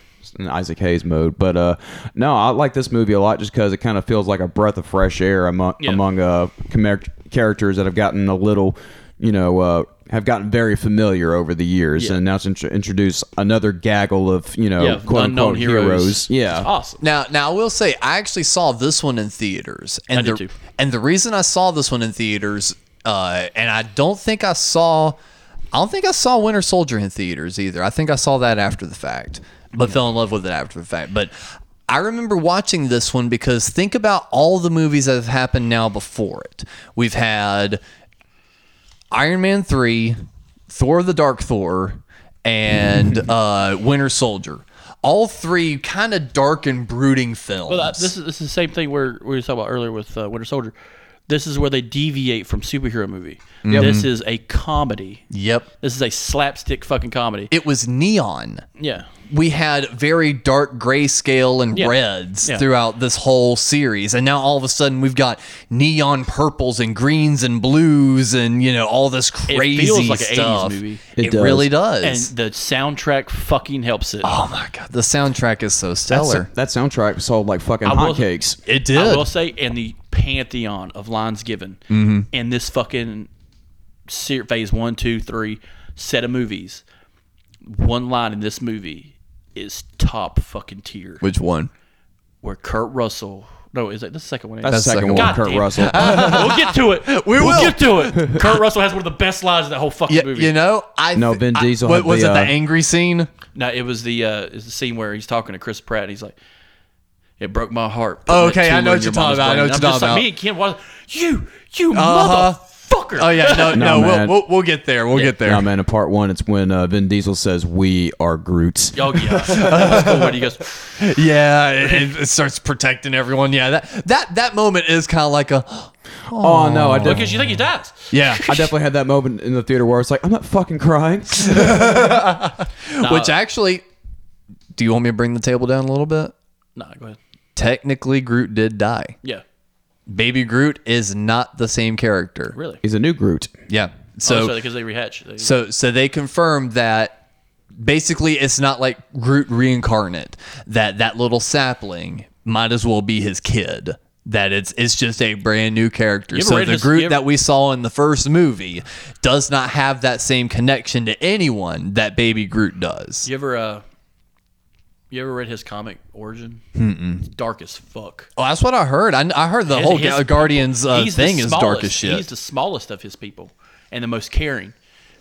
Speaker 1: in Isaac Hayes mode. But uh, no, I like this movie a lot just because it kind of feels like a breath of fresh air among
Speaker 2: Yeah.
Speaker 1: among uh, char- characters that have gotten a little, you know, uh, have gotten very familiar over the years,
Speaker 2: Yeah.
Speaker 1: and now it's intro- introduce another gaggle of you know
Speaker 2: yeah,
Speaker 1: quote
Speaker 2: unknown
Speaker 1: unquote
Speaker 2: heroes.
Speaker 1: heroes. Yeah,
Speaker 2: It's awesome.
Speaker 3: now now I will say I actually saw this one in theaters. And
Speaker 2: I
Speaker 3: the
Speaker 2: did too.
Speaker 3: and the reason I saw this one in theaters, uh, and I don't think I saw I don't think I saw Winter Soldier in theaters either. I think I saw that after the fact.
Speaker 2: Mm-hmm.
Speaker 3: But fell in love with it after the fact. But I remember watching this one because think about all the movies that have happened now before it. We've had Iron Man 3, Thor the Dark Thor, and uh, Winter Soldier. All three kind of dark and brooding films.
Speaker 2: Well, uh, this is this is the same thing where we were talking about earlier with uh, Winter Soldier. This is where they deviate from superhero movie. This
Speaker 1: Mm-hmm.
Speaker 2: is a comedy.
Speaker 3: yep.
Speaker 2: This is a slapstick fucking comedy.
Speaker 3: It was neon.
Speaker 2: yeah.
Speaker 3: We had very dark grayscale and
Speaker 2: Yeah.
Speaker 3: reds
Speaker 2: Yeah.
Speaker 3: throughout this whole series. And now all of a sudden we've got neon purples and greens and blues and, you know, all this crazy
Speaker 2: feels like an 80s
Speaker 3: stuff.
Speaker 2: movie.
Speaker 3: It,
Speaker 1: It does.
Speaker 3: really
Speaker 2: And
Speaker 3: does.
Speaker 2: the soundtrack fucking helps it.
Speaker 3: oh my God. The soundtrack is so
Speaker 1: That's-
Speaker 3: stellar.
Speaker 1: that soundtrack sold like fucking
Speaker 2: will-
Speaker 1: hotcakes.
Speaker 3: it
Speaker 2: I
Speaker 3: did.
Speaker 2: will say, in the pantheon of lines given
Speaker 3: Mm-hmm.
Speaker 2: in this fucking ser- phase one, two, three set of movies, one line in this movie is top fucking tier.
Speaker 3: Which one?
Speaker 2: Where Kurt Russell, no, is that the second one? ain't it?
Speaker 1: That's the second,
Speaker 3: second
Speaker 1: one,
Speaker 2: God
Speaker 1: Kurt
Speaker 2: damn.
Speaker 1: Russell.
Speaker 2: we'll get to it. We will
Speaker 3: will.
Speaker 2: get to it. Kurt Russell has one of the best lines in that whole fucking
Speaker 3: Yeah,
Speaker 2: movie.
Speaker 3: you know, I
Speaker 1: No,
Speaker 3: th-
Speaker 1: Vin
Speaker 3: I-
Speaker 1: Diesel
Speaker 3: What
Speaker 1: had
Speaker 3: was
Speaker 1: the,
Speaker 3: it? The
Speaker 1: uh,
Speaker 3: angry scene.
Speaker 2: no, it was the uh, it's the scene where he's talking to Chris Pratt. and He's like, "It broke my heart." putting
Speaker 3: Oh,
Speaker 2: that
Speaker 3: okay, I
Speaker 2: tumor
Speaker 3: know
Speaker 2: in
Speaker 3: what
Speaker 2: your
Speaker 3: you're talking
Speaker 2: mama's
Speaker 3: about, I know
Speaker 2: brain."
Speaker 3: what
Speaker 2: I'm
Speaker 3: you're
Speaker 2: just
Speaker 3: talking
Speaker 2: like, Me and Ken was you, you
Speaker 3: Uh-huh.
Speaker 2: motherfucker.
Speaker 3: Oh yeah, no,
Speaker 1: No,
Speaker 3: no, we'll,
Speaker 1: man.
Speaker 3: we'll we'll get there. We'll get there.
Speaker 1: No, man, in part one, it's when uh, Vin Diesel says, "We are Groot."
Speaker 2: Oh yeah, that's cool. When he goes,
Speaker 3: Yeah, it, it starts protecting everyone. Yeah, that that that moment is kind of like a
Speaker 1: Oh no, I
Speaker 2: Because
Speaker 1: definitely,
Speaker 2: you think he dies.
Speaker 3: Yeah.
Speaker 1: I definitely had that moment in the theater where it's like, I'm not fucking crying.
Speaker 3: Which actually, do you want me to bring the table down a little bit?
Speaker 2: Nah, go ahead.
Speaker 3: Technically, Groot did die.
Speaker 2: Yeah.
Speaker 3: Baby Groot is not the same character.
Speaker 2: Really?
Speaker 1: He's a new Groot.
Speaker 3: Yeah.
Speaker 2: So,
Speaker 3: Oh, So
Speaker 2: because they rehatch. They,
Speaker 3: So so they confirmed that basically it's not like Groot reincarnate that that little sapling might as well be his kid. That it's it's just a brand new character.
Speaker 2: You ever
Speaker 3: So
Speaker 2: read
Speaker 3: the
Speaker 2: this-
Speaker 3: Groot
Speaker 2: you ever-
Speaker 3: that we saw in the first movie does not have that same connection to anyone that Baby Groot does.
Speaker 2: you ever uh, you ever read his comic Origin? It's dark as fuck.
Speaker 3: Oh, that's what I heard. I, I heard the
Speaker 2: His-
Speaker 3: whole
Speaker 2: his
Speaker 3: Ga- Guardians uh,
Speaker 2: He's the
Speaker 3: thing is dark
Speaker 2: smallest-
Speaker 3: as shit.
Speaker 2: He's the smallest of his people and the most caring.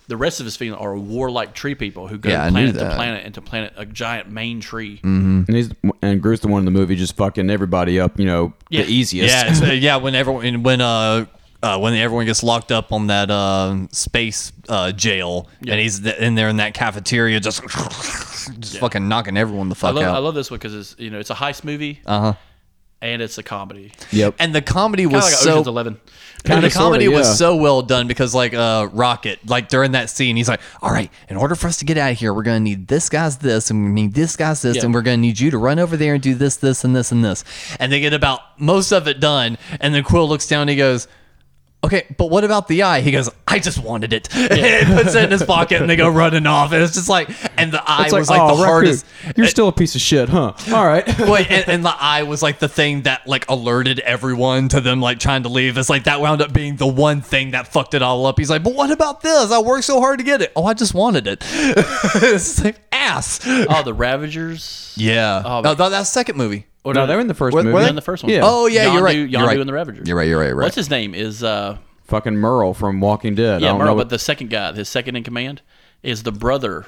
Speaker 2: The rest of his people are warlike tree people who go
Speaker 3: Yeah, I knew
Speaker 2: planet to
Speaker 3: that. Mm-hmm.
Speaker 2: planet and to planet a giant main tree.
Speaker 1: And he's and Groot's the one in the movie just fucking everybody up, you know,
Speaker 2: Yeah.
Speaker 1: the easiest.
Speaker 3: Yeah, it's- uh, yeah. When everyone, when uh, uh, when everyone gets locked up on that um space uh, jail, and he's th- in there in that cafeteria, just just fucking knocking everyone the
Speaker 2: I
Speaker 3: fuck
Speaker 2: love
Speaker 3: out.
Speaker 2: I love this one because it's you know it's a heist movie
Speaker 3: uh huh.
Speaker 2: and it's a comedy.
Speaker 1: Yep.
Speaker 3: And the comedy
Speaker 2: Kind
Speaker 3: was
Speaker 2: of like
Speaker 3: so.
Speaker 2: Ocean's Eleven.
Speaker 3: and
Speaker 1: Kinda,
Speaker 3: the comedy
Speaker 1: sorta, yeah.
Speaker 3: was so well done because, like, uh, Rocket, like during that scene, he's like, "All right, in order for us to get out of here, we're gonna need this guy's this, and we need this guy's this,
Speaker 2: Yeah.
Speaker 3: and we're gonna need you to run over there and do this, this, and this, and this." And they get about most of it done, and then Quill looks down and he goes, "Okay, but what about the eye?" He goes, "I just wanted it." and puts it in his pocket, and they go running off. And it's just like, and the eye
Speaker 1: It's
Speaker 3: was like the
Speaker 1: "Oh, Raccoon,
Speaker 3: hardest.
Speaker 1: You're still a piece of shit, huh? All right.
Speaker 3: Wait, and, and the eye was like the thing that like alerted everyone to them like trying to leave. It's like that wound up being the one thing that fucked it all up. He's like, but what about this? I worked so hard to get it. Oh, I just wanted it. it's like ass.
Speaker 2: Oh, the Ravagers.
Speaker 3: Yeah.
Speaker 2: Oh,
Speaker 3: no, that, that's second movie.
Speaker 2: Or
Speaker 1: no, they were in the first
Speaker 3: Were- were
Speaker 1: movie.
Speaker 3: they
Speaker 2: in the first one.
Speaker 1: Yeah.
Speaker 3: Oh yeah, you're right.
Speaker 2: Yondu-
Speaker 3: you're
Speaker 2: Yondu
Speaker 3: right.
Speaker 2: and the Ravagers.
Speaker 3: You're right. You're right. You're right.
Speaker 2: What's his name? Is uh
Speaker 1: Fucking Merle from Walking Dead. I
Speaker 2: yeah
Speaker 1: don't
Speaker 2: Merle,
Speaker 1: know
Speaker 2: but the second guy, his second in command, is the brother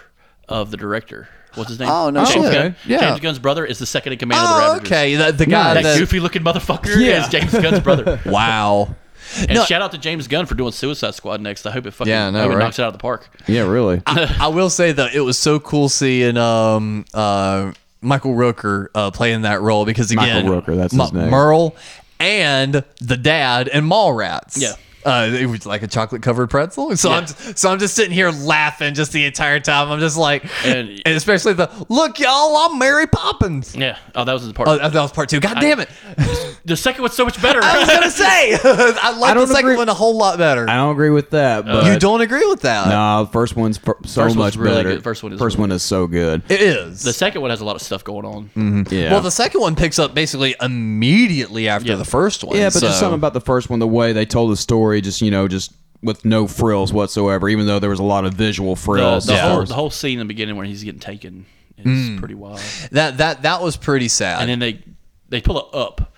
Speaker 2: of the director. What's his name?
Speaker 3: Oh, no
Speaker 2: James
Speaker 1: shit.
Speaker 2: Gunn.
Speaker 3: Yeah.
Speaker 2: James Gunn's brother is the second in command of the
Speaker 3: oh,
Speaker 2: Ravagers.
Speaker 3: okay. The, the guy
Speaker 1: Nice.
Speaker 2: That
Speaker 3: that.
Speaker 2: goofy looking motherfucker
Speaker 1: Yeah.
Speaker 2: is James Gunn's brother.
Speaker 3: Wow.
Speaker 2: And
Speaker 3: No.
Speaker 2: shout out to James Gunn for doing Suicide Squad next. I hope it fucking
Speaker 3: Yeah, I know,
Speaker 2: I hope it
Speaker 3: right?
Speaker 2: knocks it out of the park.
Speaker 1: yeah, really.
Speaker 3: I will say though, it was so cool seeing um uh Michael Rooker uh, playing that role because again,
Speaker 1: Michael Rooker, that's his name.
Speaker 3: Merle and the dad and Mallrats.
Speaker 2: Yeah.
Speaker 3: Uh, it was like a chocolate covered pretzel. So I'm just, so I'm just sitting here laughing just the entire time. I'm just like, and,
Speaker 2: And-
Speaker 3: especially the look, y'all, I'm Mary Poppins.
Speaker 2: Yeah. Oh, that was his part.
Speaker 3: Oh, that that was part two. God damn it!
Speaker 2: the second one's so much better.
Speaker 3: I was gonna say I like the
Speaker 1: don't
Speaker 3: second
Speaker 1: agree-
Speaker 3: one a whole lot better.
Speaker 1: I don't agree with that, but
Speaker 3: You don't agree with that?
Speaker 1: Nah, the first one's fir- so
Speaker 2: First
Speaker 1: much
Speaker 2: one's really
Speaker 1: better.
Speaker 2: good. First one is
Speaker 1: first
Speaker 2: really
Speaker 1: one is so good.
Speaker 3: It is.
Speaker 2: the second one has a lot of stuff going on.
Speaker 3: Mm-hmm.
Speaker 1: yeah.
Speaker 3: Well, the second one picks up basically immediately after
Speaker 2: Yeah.
Speaker 3: the first one.
Speaker 1: yeah, but
Speaker 3: so-
Speaker 1: just something about the first one, the way they told the story, just you know, just with no frills whatsoever. Even though there was a lot of visual
Speaker 2: The,
Speaker 1: frills.
Speaker 2: the
Speaker 1: as far
Speaker 2: whole,
Speaker 1: as-
Speaker 2: the whole scene in the beginning when he's getting taken is
Speaker 3: Mm.
Speaker 2: pretty wild.
Speaker 3: that that that was pretty sad.
Speaker 2: And then they they pull it up.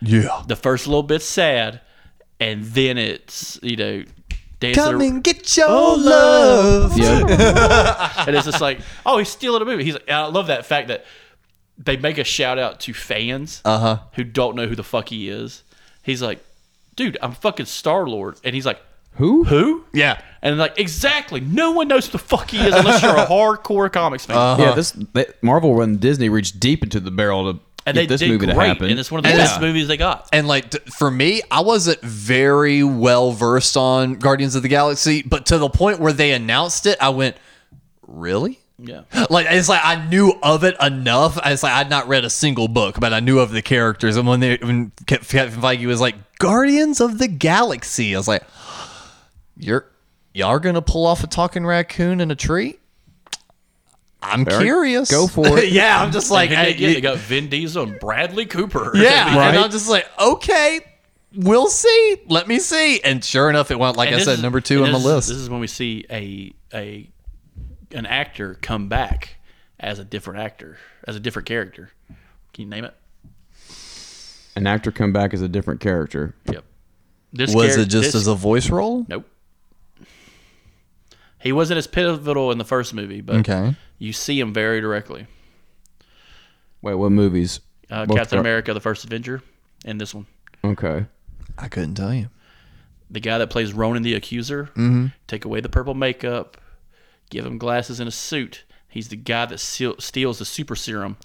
Speaker 3: yeah,
Speaker 2: The first little bit's sad, and then it's you know. dance to the-
Speaker 3: come and get your love.
Speaker 1: yeah.
Speaker 2: Uh-huh. and it's just like, oh, he's stealing a movie. He's like, and I love that fact that they make a shout out to fans
Speaker 1: Uh-huh.
Speaker 2: who don't know who the fuck he is. He's like, dude, I'm fucking Star Lord, and he's like,
Speaker 1: Who?
Speaker 2: who?
Speaker 3: Yeah.
Speaker 2: And like, exactly, no one knows who the fuck he is unless you're a hardcore comics fan.
Speaker 1: Yeah, this they, Marvel and Disney reached deep into the barrel to
Speaker 2: and
Speaker 1: get
Speaker 2: they
Speaker 1: this
Speaker 2: did
Speaker 1: movie
Speaker 2: great,
Speaker 1: to happen.
Speaker 2: and it's one of the
Speaker 3: Yeah.
Speaker 2: best movies they got.
Speaker 3: And like t- for me, I wasn't very well versed on Guardians of the Galaxy, but to the point where they announced it, I went, "Really?"
Speaker 2: Yeah,
Speaker 3: Like it's like I knew of it enough. It's like I'd not read a single book, but I knew of the characters. And when they when Ke- Kevin Feige was like Guardians of the Galaxy, I was like, "You're y'all gonna pull off a talking raccoon in a tree?" I'm curious.
Speaker 1: go for it.
Speaker 3: yeah, I'm just like,
Speaker 2: and who
Speaker 3: hey,
Speaker 2: they, get?
Speaker 3: you-
Speaker 2: they got Vin Diesel and Bradley Cooper.
Speaker 3: yeah,
Speaker 1: Right.
Speaker 3: and I'm just like, okay. We'll see. Let me see. And sure enough, it went like
Speaker 2: And
Speaker 3: I
Speaker 2: this
Speaker 3: said,
Speaker 2: is-
Speaker 3: number two
Speaker 2: and
Speaker 3: on the
Speaker 2: this is-
Speaker 3: list.
Speaker 2: This is when we see a a an actor come back as a different actor, as a different character. Can you name it?
Speaker 1: An actor come back as a different character.
Speaker 2: Yep. This
Speaker 3: was
Speaker 2: charac-
Speaker 3: it just
Speaker 2: this-
Speaker 3: as a voice role?
Speaker 2: nope? He wasn't as pivotal in the first movie, but
Speaker 3: Okay.
Speaker 2: you see him very directly.
Speaker 1: Wait, what movies?
Speaker 2: Uh,
Speaker 1: Both
Speaker 2: Captain
Speaker 1: are-
Speaker 2: America: The First Avenger, and this one,
Speaker 1: Okay.
Speaker 3: I couldn't tell you.
Speaker 2: the guy that plays Ronan the Accuser.
Speaker 3: Mm-hmm.
Speaker 2: Take away the purple makeup, give him glasses and a suit. He's the guy that seal- steals the super serum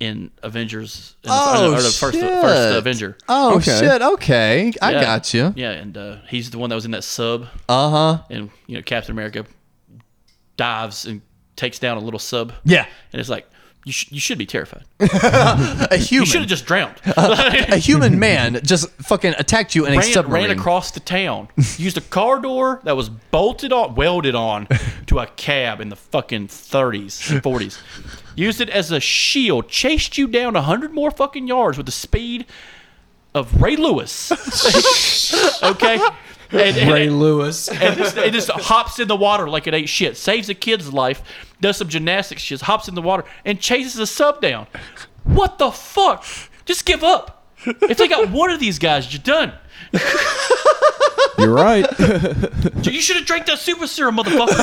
Speaker 2: in Avengers. In
Speaker 3: Oh,
Speaker 2: the, or the first,
Speaker 3: shit.
Speaker 2: first Avenger.
Speaker 3: Oh
Speaker 1: Okay.
Speaker 3: shit! Okay, I
Speaker 2: Yeah.
Speaker 3: got you.
Speaker 2: Yeah, and uh, he's the one that was in that sub,
Speaker 3: Uh huh.
Speaker 2: and you know Captain America dives and takes down a little sub.
Speaker 3: Yeah,
Speaker 2: and it's like you, sh- you should be terrified.
Speaker 3: a
Speaker 2: You should
Speaker 3: human,
Speaker 2: have just drowned.
Speaker 3: a human man just fucking attacked you in a
Speaker 2: ran,
Speaker 3: submarine.
Speaker 2: ran across the town, used a car door that was bolted on, welded on to a cab in the fucking 30s and 40s. Used it as a shield, chased you down 100 more fucking yards with the speed of Ray Lewis. okay? And, and-
Speaker 1: Ray Lewis.
Speaker 2: and just, it just hops in the water like it ain't shit. Saves a kid's life, does some gymnastics, just hops in the water and chases a sub down. What the fuck? Just give up. If they got one of these guys, you're done.
Speaker 1: You're right.
Speaker 2: Dude, you should have drank that super serum, motherfucker.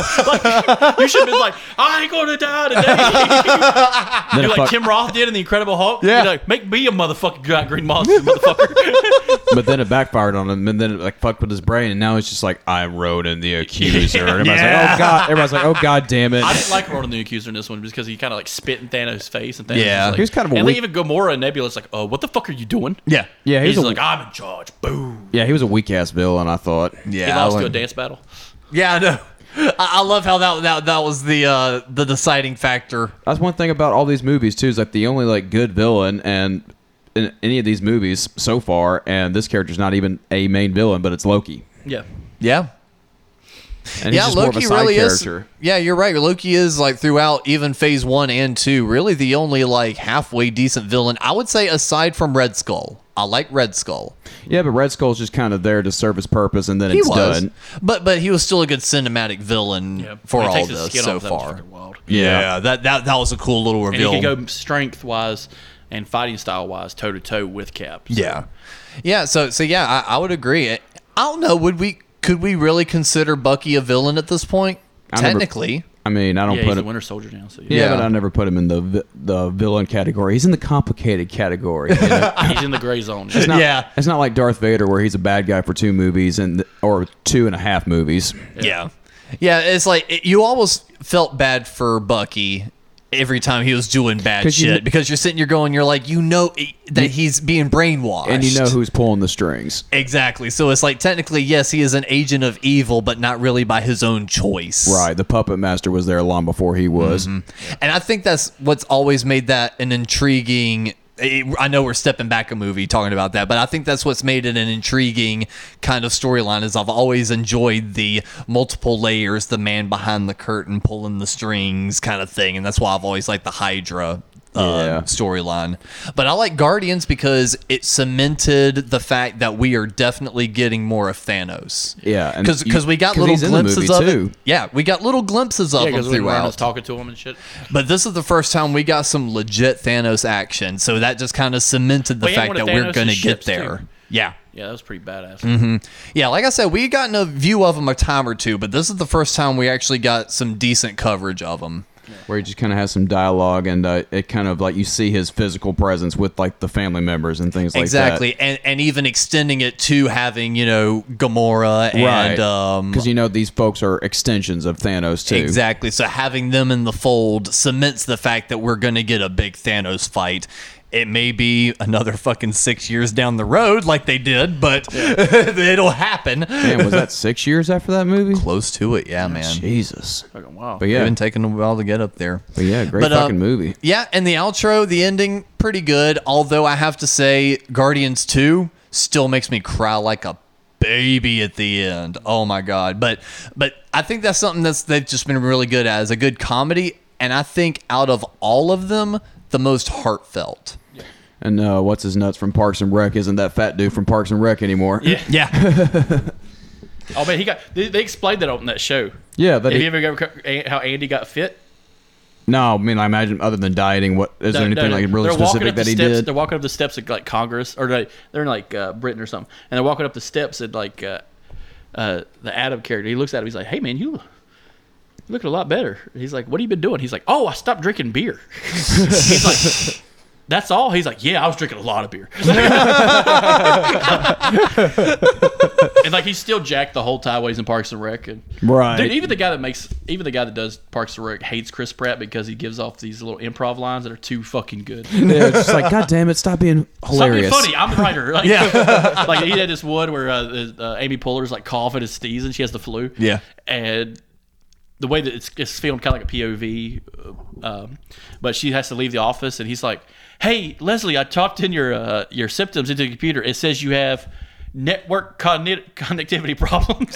Speaker 2: Like, you should have been like, I ain't gonna die today.
Speaker 1: Then
Speaker 2: You're
Speaker 1: I
Speaker 2: like
Speaker 1: fuck-
Speaker 2: Tim Roth did in The Incredible Hulk.
Speaker 3: Yeah.
Speaker 2: You're like, make me a motherfucking guy, Green Monster, motherfucker.
Speaker 1: but then it backfired on him, and then it like fucked with his brain, and now it's just like I rode in the accuser. And everybody's like, oh god, everybody's like, oh god, damn it.
Speaker 2: I didn't like Ronan the Accuser in this one because he kind of like spit in Thanos' face and Thanos.
Speaker 3: Yeah.
Speaker 2: was like,
Speaker 1: He was kind of a
Speaker 2: and
Speaker 1: weak-
Speaker 2: even Gamora and Nebula's like, oh, what the fuck are you doing?
Speaker 3: yeah,
Speaker 1: yeah, he
Speaker 2: He's,
Speaker 1: was a,
Speaker 2: like, I'm in charge. Boom.
Speaker 1: yeah, he was a weak ass villain. I thought.
Speaker 3: yeah.
Speaker 2: he
Speaker 3: I
Speaker 2: lost to a
Speaker 3: wouldn't-
Speaker 2: dance battle.
Speaker 3: Yeah, I know. I, I love how that, that that was the uh, the deciding factor.
Speaker 1: That's one thing about all these movies too. Is like the only like good villain and in any of these movies so far, and this character's not even a main villain, but it's Loki.
Speaker 2: Yeah.
Speaker 3: Yeah,
Speaker 1: And he's
Speaker 3: yeah.
Speaker 1: just more of
Speaker 3: Loki
Speaker 1: a side
Speaker 3: really
Speaker 1: character.
Speaker 3: is. Yeah, you're right. Loki is like throughout even Phase One and Two, really the only like halfway decent villain. I would say aside from Red Skull, I like Red Skull.
Speaker 1: Yeah, but Red Skull's just kind of there to serve his purpose, and then
Speaker 3: He
Speaker 1: it's
Speaker 3: was,
Speaker 1: done.
Speaker 3: but but he was still a good cinematic villain
Speaker 2: Yeah.
Speaker 3: for
Speaker 2: When he
Speaker 3: all
Speaker 2: takes his
Speaker 3: this
Speaker 2: skin
Speaker 3: so
Speaker 2: off, that was
Speaker 3: far.
Speaker 2: fucking wild.
Speaker 1: Yeah.
Speaker 3: that that that was a cool little
Speaker 2: And he
Speaker 3: reveal.
Speaker 2: can go strength wise and fighting style wise, toe to toe with Cap. So-
Speaker 3: Yeah, yeah. So so yeah, I, I would agree. I don't know. Would we? Could we really consider Bucky a villain at this point?
Speaker 1: I never-
Speaker 3: Technically,
Speaker 1: I mean, I don't
Speaker 2: Yeah,
Speaker 1: put
Speaker 2: he's a
Speaker 1: him.
Speaker 2: Winter Soldier now. So
Speaker 1: Yeah,
Speaker 3: Yeah.
Speaker 1: but I never put him in the vi- the villain category. He's in the complicated category. you know?
Speaker 2: he's in the gray zone.
Speaker 1: It's not,
Speaker 3: Yeah.
Speaker 1: it's not like Darth Vader where he's a bad guy for two movies and or two and a half movies.
Speaker 3: Yeah. Yeah, it's like it- you almost felt bad for Bucky every time he was doing bad
Speaker 1: 'Cause you
Speaker 3: shit
Speaker 1: kn-
Speaker 3: because you're sitting you're going you're like you know i- that he's being brainwashed.
Speaker 1: And you know who's pulling the strings.
Speaker 3: Exactly. So it's like technically yes, he is an agent of evil but not really by his own choice.
Speaker 1: Right, the puppet master was there long before he was.
Speaker 2: Mm-hmm.
Speaker 3: And I think that's what's always made that an intriguing. I know we're stepping back a movie talking about that, but I think that's what's made it an intriguing kind of storyline. Is I've always enjoyed the multiple layers, the man behind the curtain pulling the strings kind of thing, and that's why I've always liked the Hydra. Uh,
Speaker 1: Yeah.
Speaker 3: storyline but i like guardians because it cemented the fact that we are definitely getting more of thanos
Speaker 1: Yeah, and you-
Speaker 3: because we got
Speaker 1: 'cause
Speaker 3: little
Speaker 1: he's in the movie
Speaker 3: glimpses of
Speaker 1: too.
Speaker 3: it yeah we got little glimpses of
Speaker 2: Yeah,
Speaker 3: him
Speaker 2: because we were
Speaker 3: throughout
Speaker 2: talking to him and shit.
Speaker 3: but this is the first time we got some legit Thanos action, so that just kind of cemented the
Speaker 2: We had
Speaker 3: fact
Speaker 2: one of
Speaker 3: that we're
Speaker 2: Thanos'
Speaker 3: going to get
Speaker 2: ships,
Speaker 3: there.
Speaker 2: too.
Speaker 3: Yeah.
Speaker 2: Yeah, that was pretty badass.
Speaker 1: Mm-hmm.
Speaker 3: Yeah, like I said, we gotten a view of him a time or two, but this is the first time we actually got some decent coverage of him.
Speaker 1: Where he just kind of has some dialogue and uh, it kind of like you see his physical presence with like the family members and things
Speaker 3: exactly.
Speaker 1: like
Speaker 3: And and even extending it to having, you know, Gamora
Speaker 1: that.
Speaker 3: and um
Speaker 1: Because you know these folks are extensions of Thanos too.
Speaker 3: Exactly. So having them in the fold cements the fact that we're going to get a big Thanos fight. It may be another fucking six years down the road, like they did, but it'll happen.
Speaker 1: Man, was that six years after that movie?
Speaker 3: Close to it, yeah, man.
Speaker 1: Jesus.
Speaker 2: Fucking wild.
Speaker 1: But
Speaker 3: It's
Speaker 1: yeah,
Speaker 3: been taking a while to get up there.
Speaker 1: but yeah, great
Speaker 3: But, uh,
Speaker 1: fucking movie.
Speaker 3: Yeah, and the outro, the ending, pretty good. Although I have to say, Guardians 2 still makes me cry like a baby at the end. Oh my god. But but I think that's something that's they've just been really good at is a good comedy. And I think out of all of them, the most heartfelt.
Speaker 1: And uh, what's his nuts from Parks and Rec isn't that fat dude from Parks and Rec anymore.
Speaker 2: Yeah.
Speaker 3: Yeah.
Speaker 2: Oh man, he got. They, they explained that on that show.
Speaker 1: Yeah, that
Speaker 2: Have
Speaker 1: he-
Speaker 2: you ever got how Andy got fit?
Speaker 1: No, I mean, I imagine other than dieting, what is there
Speaker 2: No,
Speaker 1: anything
Speaker 2: no, no.
Speaker 1: like really
Speaker 2: They're walking
Speaker 1: specific
Speaker 2: up the
Speaker 1: that he
Speaker 2: steps,
Speaker 1: did?
Speaker 2: They're walking up the steps at like Congress or like, they're in like uh, Britain or something, and they're walking up the steps at like uh, uh, the Adam character. He looks at him. He's like, "Hey man, you." you Looking a lot better. He's like, "What have you been doing?" He's like, "Oh, I stopped drinking beer." he's like, that's all. He's like, yeah, I was drinking a lot of beer. and like he's still jacked the whole time while he's in Parks and Rec. And
Speaker 1: Right.
Speaker 2: dude, even the guy that makes, even the guy that does Parks and Rec hates Chris Pratt because he gives off these little improv lines that are too fucking good.
Speaker 1: Yeah, it's just like, God damn it, stop being hilarious.
Speaker 2: Something funny. I'm the writer. Like, yeah. like he had this one where uh, the- uh, Amy Poehler's like coughing and sneezing. She has the flu.
Speaker 3: Yeah.
Speaker 2: And the way that it's, it's filmed, kind of like a POV, uh, um, but she has to leave the office, and he's like, "Hey, Leslie, I typed in your uh, your symptoms into the computer. It says you have." Network conni- connectivity problems.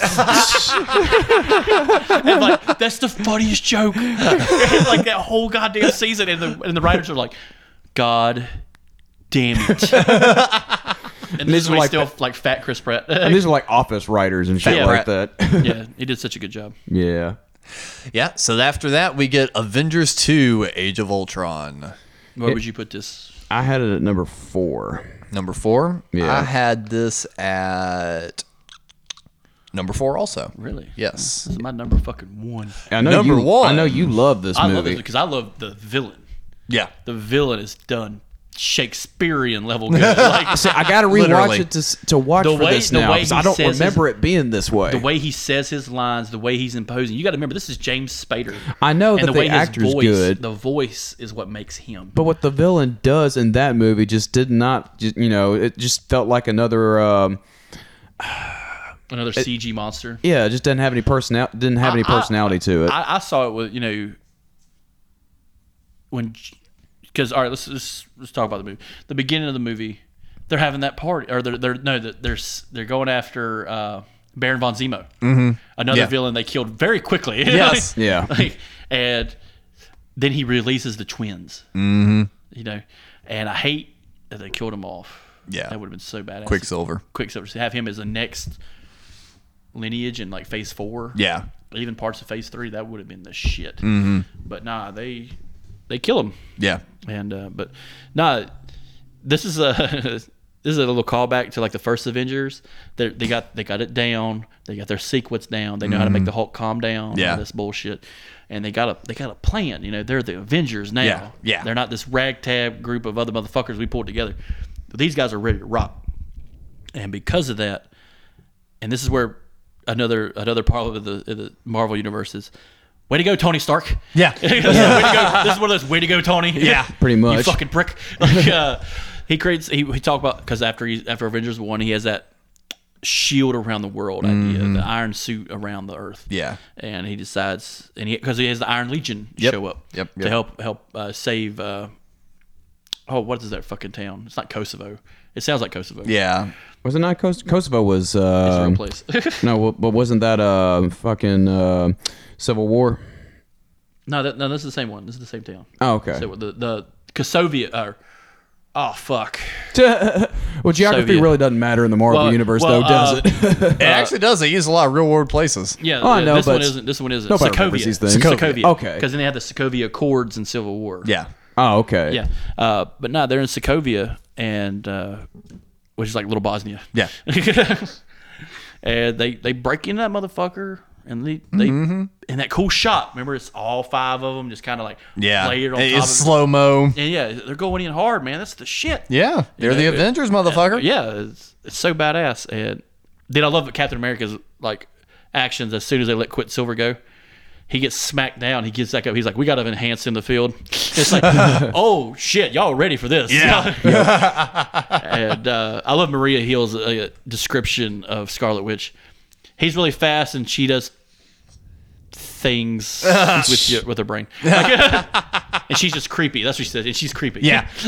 Speaker 2: And, like that's the funniest joke. like that whole goddamn season, and the and the writers are like, "God damn it!" and this
Speaker 1: these are
Speaker 2: is when he's
Speaker 1: like-
Speaker 2: still like fat Chris Pratt.
Speaker 1: And these are like office writers and shit
Speaker 2: Yeah.
Speaker 1: like that.
Speaker 2: yeah, he did such a good job.
Speaker 1: yeah.
Speaker 3: Yeah. So after that, we get Avengers 2 Age of Ultron.
Speaker 2: Where would you put this?
Speaker 1: I had it at number four.
Speaker 3: Number four.
Speaker 1: Yeah.
Speaker 3: I had this at number four also.
Speaker 2: Really?
Speaker 3: Yes.
Speaker 2: This is my number fucking one.
Speaker 1: I know
Speaker 3: Number
Speaker 1: you,
Speaker 3: one.
Speaker 1: I know you love this
Speaker 2: I
Speaker 1: movie.
Speaker 2: love this because I love the villain.
Speaker 3: Yeah.
Speaker 2: The villain is done Shakespearean level good. Like
Speaker 1: See, I gotta rewatch
Speaker 3: Literally.
Speaker 1: it to s- to watch
Speaker 2: The
Speaker 1: for
Speaker 2: way-
Speaker 1: this
Speaker 2: the
Speaker 1: now.
Speaker 2: way
Speaker 1: 'cause
Speaker 2: he
Speaker 1: I don't
Speaker 2: says his-
Speaker 1: remember it being this way.
Speaker 2: the way he says his lines, the way he's imposing. You got to remember, this is James Spader.
Speaker 1: I know
Speaker 2: and
Speaker 1: that
Speaker 2: the,
Speaker 1: the
Speaker 2: way his
Speaker 1: actor's
Speaker 2: voice,
Speaker 1: good.
Speaker 2: The voice is what makes him.
Speaker 1: but what the villain does in that movie just did not, just, you know, it just felt like another. Um,
Speaker 2: Another CG monster.
Speaker 1: yeah, it just didn't have any personal, didn't have any
Speaker 2: I- I-
Speaker 1: personality to it.
Speaker 2: I, I saw it with you know when because all right let's, let's let's talk about the movie. The beginning of the movie, they're having that party or they're they're no they're they're, s- they're going after uh, Baron von Zemo, mm-hmm. another
Speaker 3: Yeah.
Speaker 2: villain they killed very quickly.
Speaker 3: Yes.
Speaker 2: Like-
Speaker 1: Yeah.
Speaker 2: like, and then he releases the twins. Mm-hmm. You know, and I hate that they killed him off.
Speaker 3: Yeah.
Speaker 2: that would have been so bad.
Speaker 3: Quicksilver.
Speaker 2: Quicksilver to have him as the next lineage in like Phase Four
Speaker 3: Yeah.
Speaker 2: even parts of phase three that would have been the shit but nah they they kill him
Speaker 3: Yeah.
Speaker 2: and uh, but nah this is a this is a little callback to like the first avengers they they got they got it down they got their sequence down they know how to make the hulk calm down
Speaker 3: Mm-hmm. Yeah.
Speaker 2: all this bullshit and they got a they got a plan you know they're the avengers now
Speaker 3: Yeah, yeah.
Speaker 2: they're not this ragtag group of other motherfuckers we pulled together these guys are ready to rock and because of that and this is where another another part of the, of the Marvel universe is. Way to go, Tony Stark!
Speaker 3: Yeah.
Speaker 2: This is way to go- this is one of those way to go, Tony. Yeah,
Speaker 1: pretty
Speaker 2: You
Speaker 1: much.
Speaker 2: fucking prick. Like, uh, he creates. He, he talked about because after he after Avengers one, he has that shield around the world idea,
Speaker 1: Mm-hmm.
Speaker 2: the iron suit around the earth.
Speaker 3: Yeah.
Speaker 2: and he decides, and he because he has the Iron Legion
Speaker 3: Yep.
Speaker 2: show up,
Speaker 3: Yep,
Speaker 2: to
Speaker 3: yep.
Speaker 2: help help uh, save. Uh, oh, what is that fucking town? It's not Kosovo. It sounds like Kosovo.
Speaker 3: Yeah.
Speaker 1: was it not Kos- Kosovo? Was
Speaker 2: it's a
Speaker 1: uh,
Speaker 2: real place.
Speaker 1: no, wa- but wasn't that uh, fucking uh, Civil War?
Speaker 2: No, that, no, this is the same one. This is the same town.
Speaker 1: Oh, okay.
Speaker 2: So the the Kosovo. Uh, oh fuck.
Speaker 1: well, geography
Speaker 2: Soviet.
Speaker 1: really doesn't matter in the Marvel
Speaker 2: Well,
Speaker 1: universe,
Speaker 2: well,
Speaker 1: though, does
Speaker 2: uh,
Speaker 1: it?
Speaker 3: It actually does. They use a lot of real world places.
Speaker 2: Yeah,
Speaker 1: Oh, I
Speaker 2: yeah,
Speaker 1: know,
Speaker 2: this
Speaker 1: but
Speaker 2: one isn't. This one isn't.
Speaker 1: nobody
Speaker 2: Sokovia.
Speaker 1: remembers these things.
Speaker 2: Sokovia.
Speaker 1: Sokovia. Okay.
Speaker 2: Because then they had the Sokovia Accords in Civil War.
Speaker 3: Yeah.
Speaker 1: oh, okay.
Speaker 2: Yeah. Uh, but no, they're in Sokovia, and uh, which is like little Bosnia.
Speaker 3: Yeah.
Speaker 2: and they they break into that motherfucker. And they, they
Speaker 1: Mm-hmm.
Speaker 2: and that cool shot. Remember, it's all five of them just kind of like
Speaker 3: Yeah.
Speaker 2: layered on
Speaker 3: It
Speaker 2: top
Speaker 3: is
Speaker 2: of
Speaker 3: slow mo.
Speaker 2: And yeah, they're going in hard, man. That's the shit.
Speaker 3: Yeah. They're
Speaker 2: know,
Speaker 3: the
Speaker 2: it-
Speaker 3: Avengers, motherfucker.
Speaker 2: Oh, Yeah, it's, it's so badass. And then I love that Captain America's like actions as soon as they let Quicksilver go. He gets smacked down. He gets back up. He's like, "We got to enhance in the field." It's like, "Oh shit, y'all ready for this?"
Speaker 3: Yeah.
Speaker 2: and uh, I love Maria Hill's uh, description of Scarlet Witch. He's really fast, and she does things with your, with her brain. Like, and she's just creepy. That's what she said. And she's creepy.
Speaker 3: Yeah.
Speaker 1: It's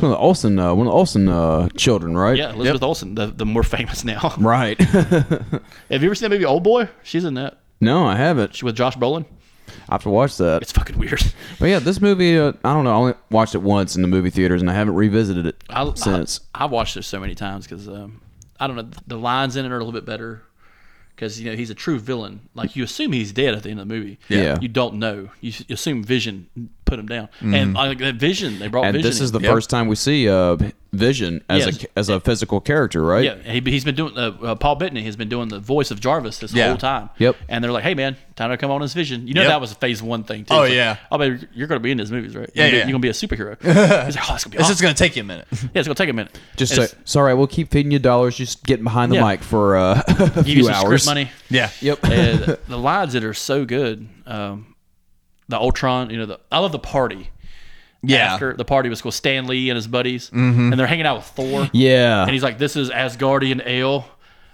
Speaker 1: One of the Olsen, uh, one of the Olsen uh, children, right?
Speaker 2: Yeah, Elizabeth Olsen, the, the more famous now.
Speaker 1: Right.
Speaker 2: Have you ever seen that movie Old Boy? She's in that.
Speaker 1: no, I haven't.
Speaker 2: She with Josh Brolin.
Speaker 1: I have to watch that.
Speaker 2: It's fucking weird.
Speaker 1: But yeah, this movie, uh, I don't know. I only watched it once in the movie theaters, and I haven't revisited it
Speaker 2: I,
Speaker 1: since.
Speaker 2: I, have watched this so many times because um, I don't know the lines in it are a little bit better because you know he's a true villain. Like you assume he's dead at the end of the movie.
Speaker 1: Yeah. Mm-hmm.
Speaker 2: You don't know. You, s- you assume Vision put him down. And like that Vision, they brought
Speaker 1: And
Speaker 2: oh, Vision.
Speaker 1: this
Speaker 2: in.
Speaker 1: is the
Speaker 2: Yeah.
Speaker 1: first time we see uh, Vision as
Speaker 2: Yes.
Speaker 1: a as a physical character, right?
Speaker 2: Yeah, and he, he's been doing. Uh, uh, Paul Bettany has been doing the voice of Jarvis this
Speaker 3: Yeah.
Speaker 2: whole time.
Speaker 1: Yep.
Speaker 2: And they're like, "Hey, man, time to come on this vision." You know
Speaker 3: Yep.
Speaker 2: that was a phase one thing too.
Speaker 3: Oh,
Speaker 2: It's like,
Speaker 3: yeah.
Speaker 2: Oh, baby, you're going to be in these movies, right? You're,
Speaker 3: Yeah, yeah.
Speaker 2: Gonna, be- you're gonna be a superhero. he's like, "Oh, it's gonna be
Speaker 3: It's
Speaker 2: awesome."
Speaker 3: just gonna take you a minute.
Speaker 2: yeah, it's gonna take a minute.
Speaker 1: Just
Speaker 2: And
Speaker 1: say,
Speaker 2: it's-
Speaker 1: it's all right. We'll keep feeding you dollars. Just get behind the
Speaker 2: Yeah.
Speaker 1: mic for uh, a
Speaker 2: give
Speaker 1: few
Speaker 2: you some
Speaker 1: hours.
Speaker 2: script money.
Speaker 3: Yeah.
Speaker 1: Yep.
Speaker 2: and the lines that are so good. Um, the Ultron, you know, the I love the party.
Speaker 3: Yeah.
Speaker 2: After the party was cool, Stan Lee and his buddies, and they're hanging out with Thor.
Speaker 1: Mm-hmm. Yeah.
Speaker 2: And he's like, "This is Asgardian ale."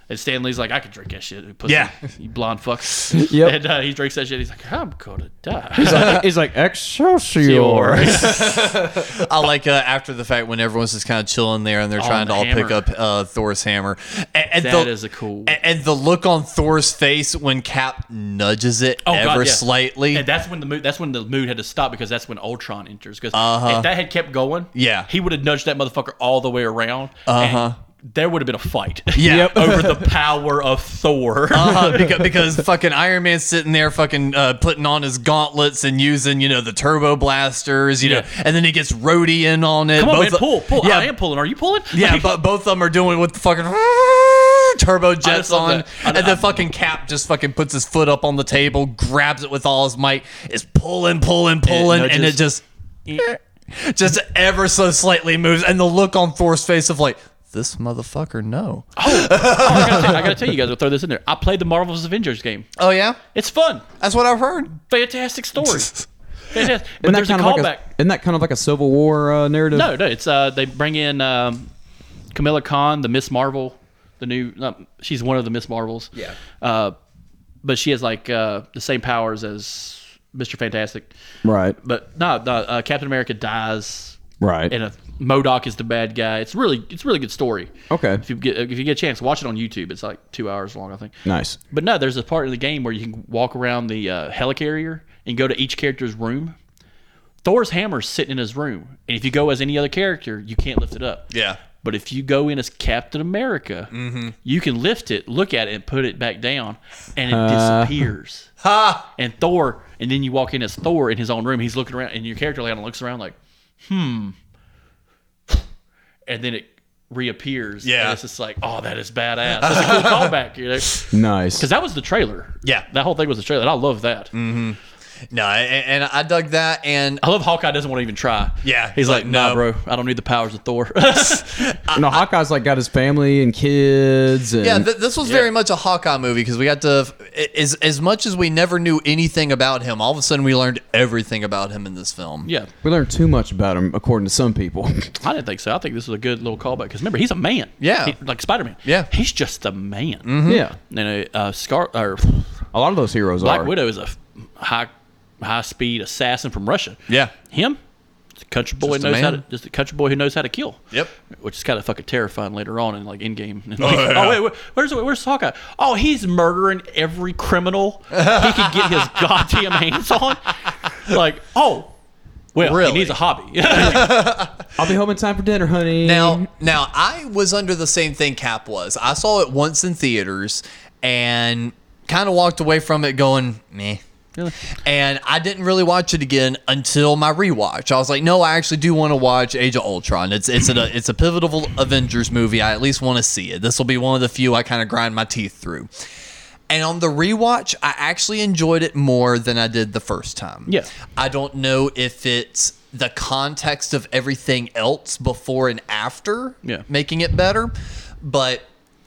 Speaker 2: And Stan Lee's like, "I could drink that shit, you pussy,
Speaker 3: Yeah.
Speaker 2: you blonde fuck."
Speaker 1: Yep.
Speaker 2: And uh, he drinks that shit. He's like, "I'm gonna die."
Speaker 1: He's like, he's like Excelsior.
Speaker 3: I like uh, after the fact when everyone's just kind of chilling there and they're
Speaker 2: Oh,
Speaker 3: trying to
Speaker 2: the
Speaker 3: all pick
Speaker 2: hammer.
Speaker 3: up uh, Thor's hammer. And, and
Speaker 2: That
Speaker 3: the,
Speaker 2: is a cool-
Speaker 3: And, and the look on Thor's face when Cap nudges it
Speaker 2: Oh, God,
Speaker 3: ever
Speaker 2: yeah.
Speaker 3: slightly.
Speaker 2: And that's when the mood. That's when the mood had to stop because that's when Ultron enters. Because if that had kept going,
Speaker 3: Uh-huh. Yeah. Uh-huh.
Speaker 2: he would have nudged that motherfucker all the way around. Uh huh. There would have been a fight.
Speaker 3: Yeah. Yep.
Speaker 2: over the power of Thor.
Speaker 3: uh, because, because fucking Iron Man's sitting there fucking uh, putting on his gauntlets and using, you know, the turbo blasters, you know,
Speaker 2: Yeah.
Speaker 3: and then he gets Rhodey in on it.
Speaker 2: Come on, man,
Speaker 3: of-
Speaker 2: pull, pull.
Speaker 3: Yeah,
Speaker 2: I am pulling. Are you pulling?
Speaker 3: yeah
Speaker 2: Like,
Speaker 3: but both of them are doing what the fucking turbo jets
Speaker 2: love
Speaker 3: on.
Speaker 2: that. I-
Speaker 3: and then
Speaker 2: I-
Speaker 3: fucking Cap just fucking puts his foot up on the table, grabs it with all his might, is pulling, pulling, pulling, and it just, just ever so slightly moves. And the look on Thor's face of like, this motherfucker, no.
Speaker 2: oh, I, gotta tell, I gotta tell you guys, I'll throw this in there. I played the Marvel's Avengers game.
Speaker 3: Oh, yeah?
Speaker 2: It's fun,
Speaker 3: That's what I've heard.
Speaker 2: fantastic story. Fantastic. But
Speaker 1: Isn't that
Speaker 2: there's a
Speaker 1: kind of like
Speaker 2: callback.
Speaker 1: a, isn't that kind of like a Civil War uh, narrative?
Speaker 2: No, no, it's uh, they bring in um, Camilla Khan, the Miss Marvel, the new. Not, she's one of the Miss Marvels. Yeah. Uh, but she has like uh, the same powers as Mister Fantastic.
Speaker 1: Right.
Speaker 2: But no, no uh, Captain America dies.
Speaker 1: Right.
Speaker 2: And a, Modoc is the bad guy. It's really, it's a really good story.
Speaker 1: Okay.
Speaker 2: If you get, if you get a chance, watch it on YouTube. It's like two hours long, I think.
Speaker 1: Nice.
Speaker 2: But no, there's a part of the game where you can walk around the uh, helicarrier and go to each character's room. Thor's hammer's sitting in his room, and if you go as any other character, you can't lift it up.
Speaker 3: Yeah. Mm-hmm.
Speaker 2: But if you go in as Captain America, you can lift it, look at it, and put it back down, and it disappears. Ha! And Thor, and then you walk in as Thor in his own room. He's looking around, and your character kind of looks around like, hmm. And then it reappears.
Speaker 3: Yeah.
Speaker 2: And it's just like, oh, that is badass. That's a cool callback, you know?
Speaker 1: Nice.
Speaker 2: Because that was the trailer.
Speaker 3: Yeah. Mm.
Speaker 2: That whole thing was the trailer. And I love that.
Speaker 3: No, and, and I dug that. And
Speaker 2: I love Hawkeye doesn't want to even try.
Speaker 3: Yeah,
Speaker 2: He's like, nah,
Speaker 3: no.
Speaker 2: bro, I don't need the powers of Thor.
Speaker 1: no, Hawkeye's like got his family and kids. And,
Speaker 3: Yeah, th- this was very much a Hawkeye movie because we got to as as much as we never knew anything about him. All of a sudden, we learned everything about him in this film.
Speaker 2: yeah.
Speaker 1: we learned too much about him, according to some people.
Speaker 2: I didn't think so. I think this was a good little callback. Because remember, he's a man.
Speaker 3: Yeah.
Speaker 2: He- like Spider Man.
Speaker 3: Yeah. Mm-hmm.
Speaker 2: He's just a man.
Speaker 1: yeah.
Speaker 2: You know, uh, Scar or
Speaker 1: A lot of those heroes
Speaker 2: Black
Speaker 1: are.
Speaker 2: Widow is a f- high high speed assassin from Russia.
Speaker 3: Yeah.
Speaker 2: Him? Just a country boy
Speaker 3: Just a
Speaker 2: knows how
Speaker 3: man.
Speaker 2: to just a country boy who knows how to kill.
Speaker 3: Yep.
Speaker 2: Which is kind of fucking terrifying later on in like in game. oh, wait, wait, where's where's Hawkeye? Oh, he's murdering every criminal he can get his goddamn hands on. Like, oh, well,
Speaker 3: Really?
Speaker 2: he needs a hobby.
Speaker 1: I'll be home in time for dinner, honey.
Speaker 3: Now, now I was under the same thing Cap was. I saw it once in theaters and kind of walked away from it going meh. And I didn't really watch it again until my rewatch. I was like, no, I actually do want to watch Age of Ultron. It's it's a it's a pivotal Avengers movie. I at least want to see it. This will be one of the few I kind of grind my teeth through. And on the rewatch, I actually enjoyed it more than I did the first time.
Speaker 2: Yeah.
Speaker 3: I don't know if it's the context of everything else before and after
Speaker 2: Yeah.
Speaker 3: making it better, but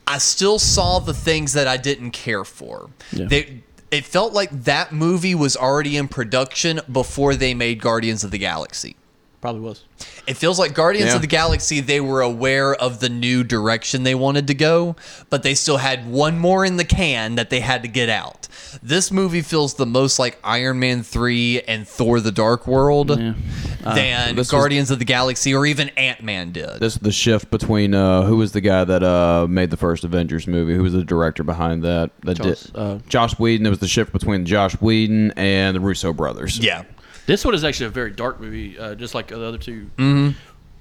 Speaker 3: I still saw the things that I didn't care for. They, it felt like that movie was already in production before they made Guardians of the Galaxy.
Speaker 2: Probably was.
Speaker 3: It feels like Guardians
Speaker 1: Yeah.
Speaker 3: of the Galaxy, they were aware of the new direction they wanted to go, but they still had one more in the can that they had to get out. This movie feels the most like Iron Man 3 and Thor the Dark World than
Speaker 1: Uh, This was-
Speaker 3: Guardians of the Galaxy or even Ant Man did.
Speaker 1: This is the shift between uh, who was the guy that uh, made the first Avengers movie? Who was the director behind that? That
Speaker 2: Joss,
Speaker 1: did
Speaker 2: uh,
Speaker 1: Josh Whedon. It was the shift between Josh Whedon and the Russo brothers.
Speaker 3: yeah.
Speaker 2: This one is actually a very dark movie, uh, just like the other 2
Speaker 3: Mm-hmm.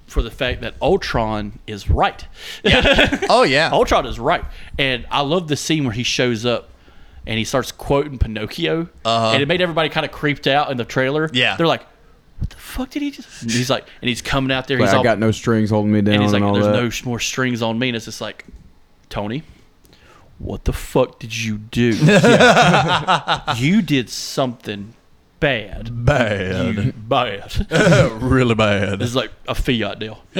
Speaker 2: for the fact that Ultron is right.
Speaker 3: Oh, yeah.
Speaker 2: Ultron is right, and I love the scene where he shows up and he starts quoting Pinocchio, and it made everybody kind of creeped out in the trailer.
Speaker 3: Uh-huh. Yeah.
Speaker 2: they're like, what the fuck did he just? And he's like, and he's coming out there.
Speaker 1: Like,
Speaker 2: he's
Speaker 1: I
Speaker 2: all,
Speaker 1: got no strings holding me down and,
Speaker 2: and he's like,
Speaker 1: all
Speaker 2: there's
Speaker 1: that.
Speaker 2: no sh- more strings on me. And it's just like, Tony, what the fuck did you do? you did something bad.
Speaker 3: Bad.
Speaker 2: You bad.
Speaker 3: really bad.
Speaker 2: This is like a fiat deal.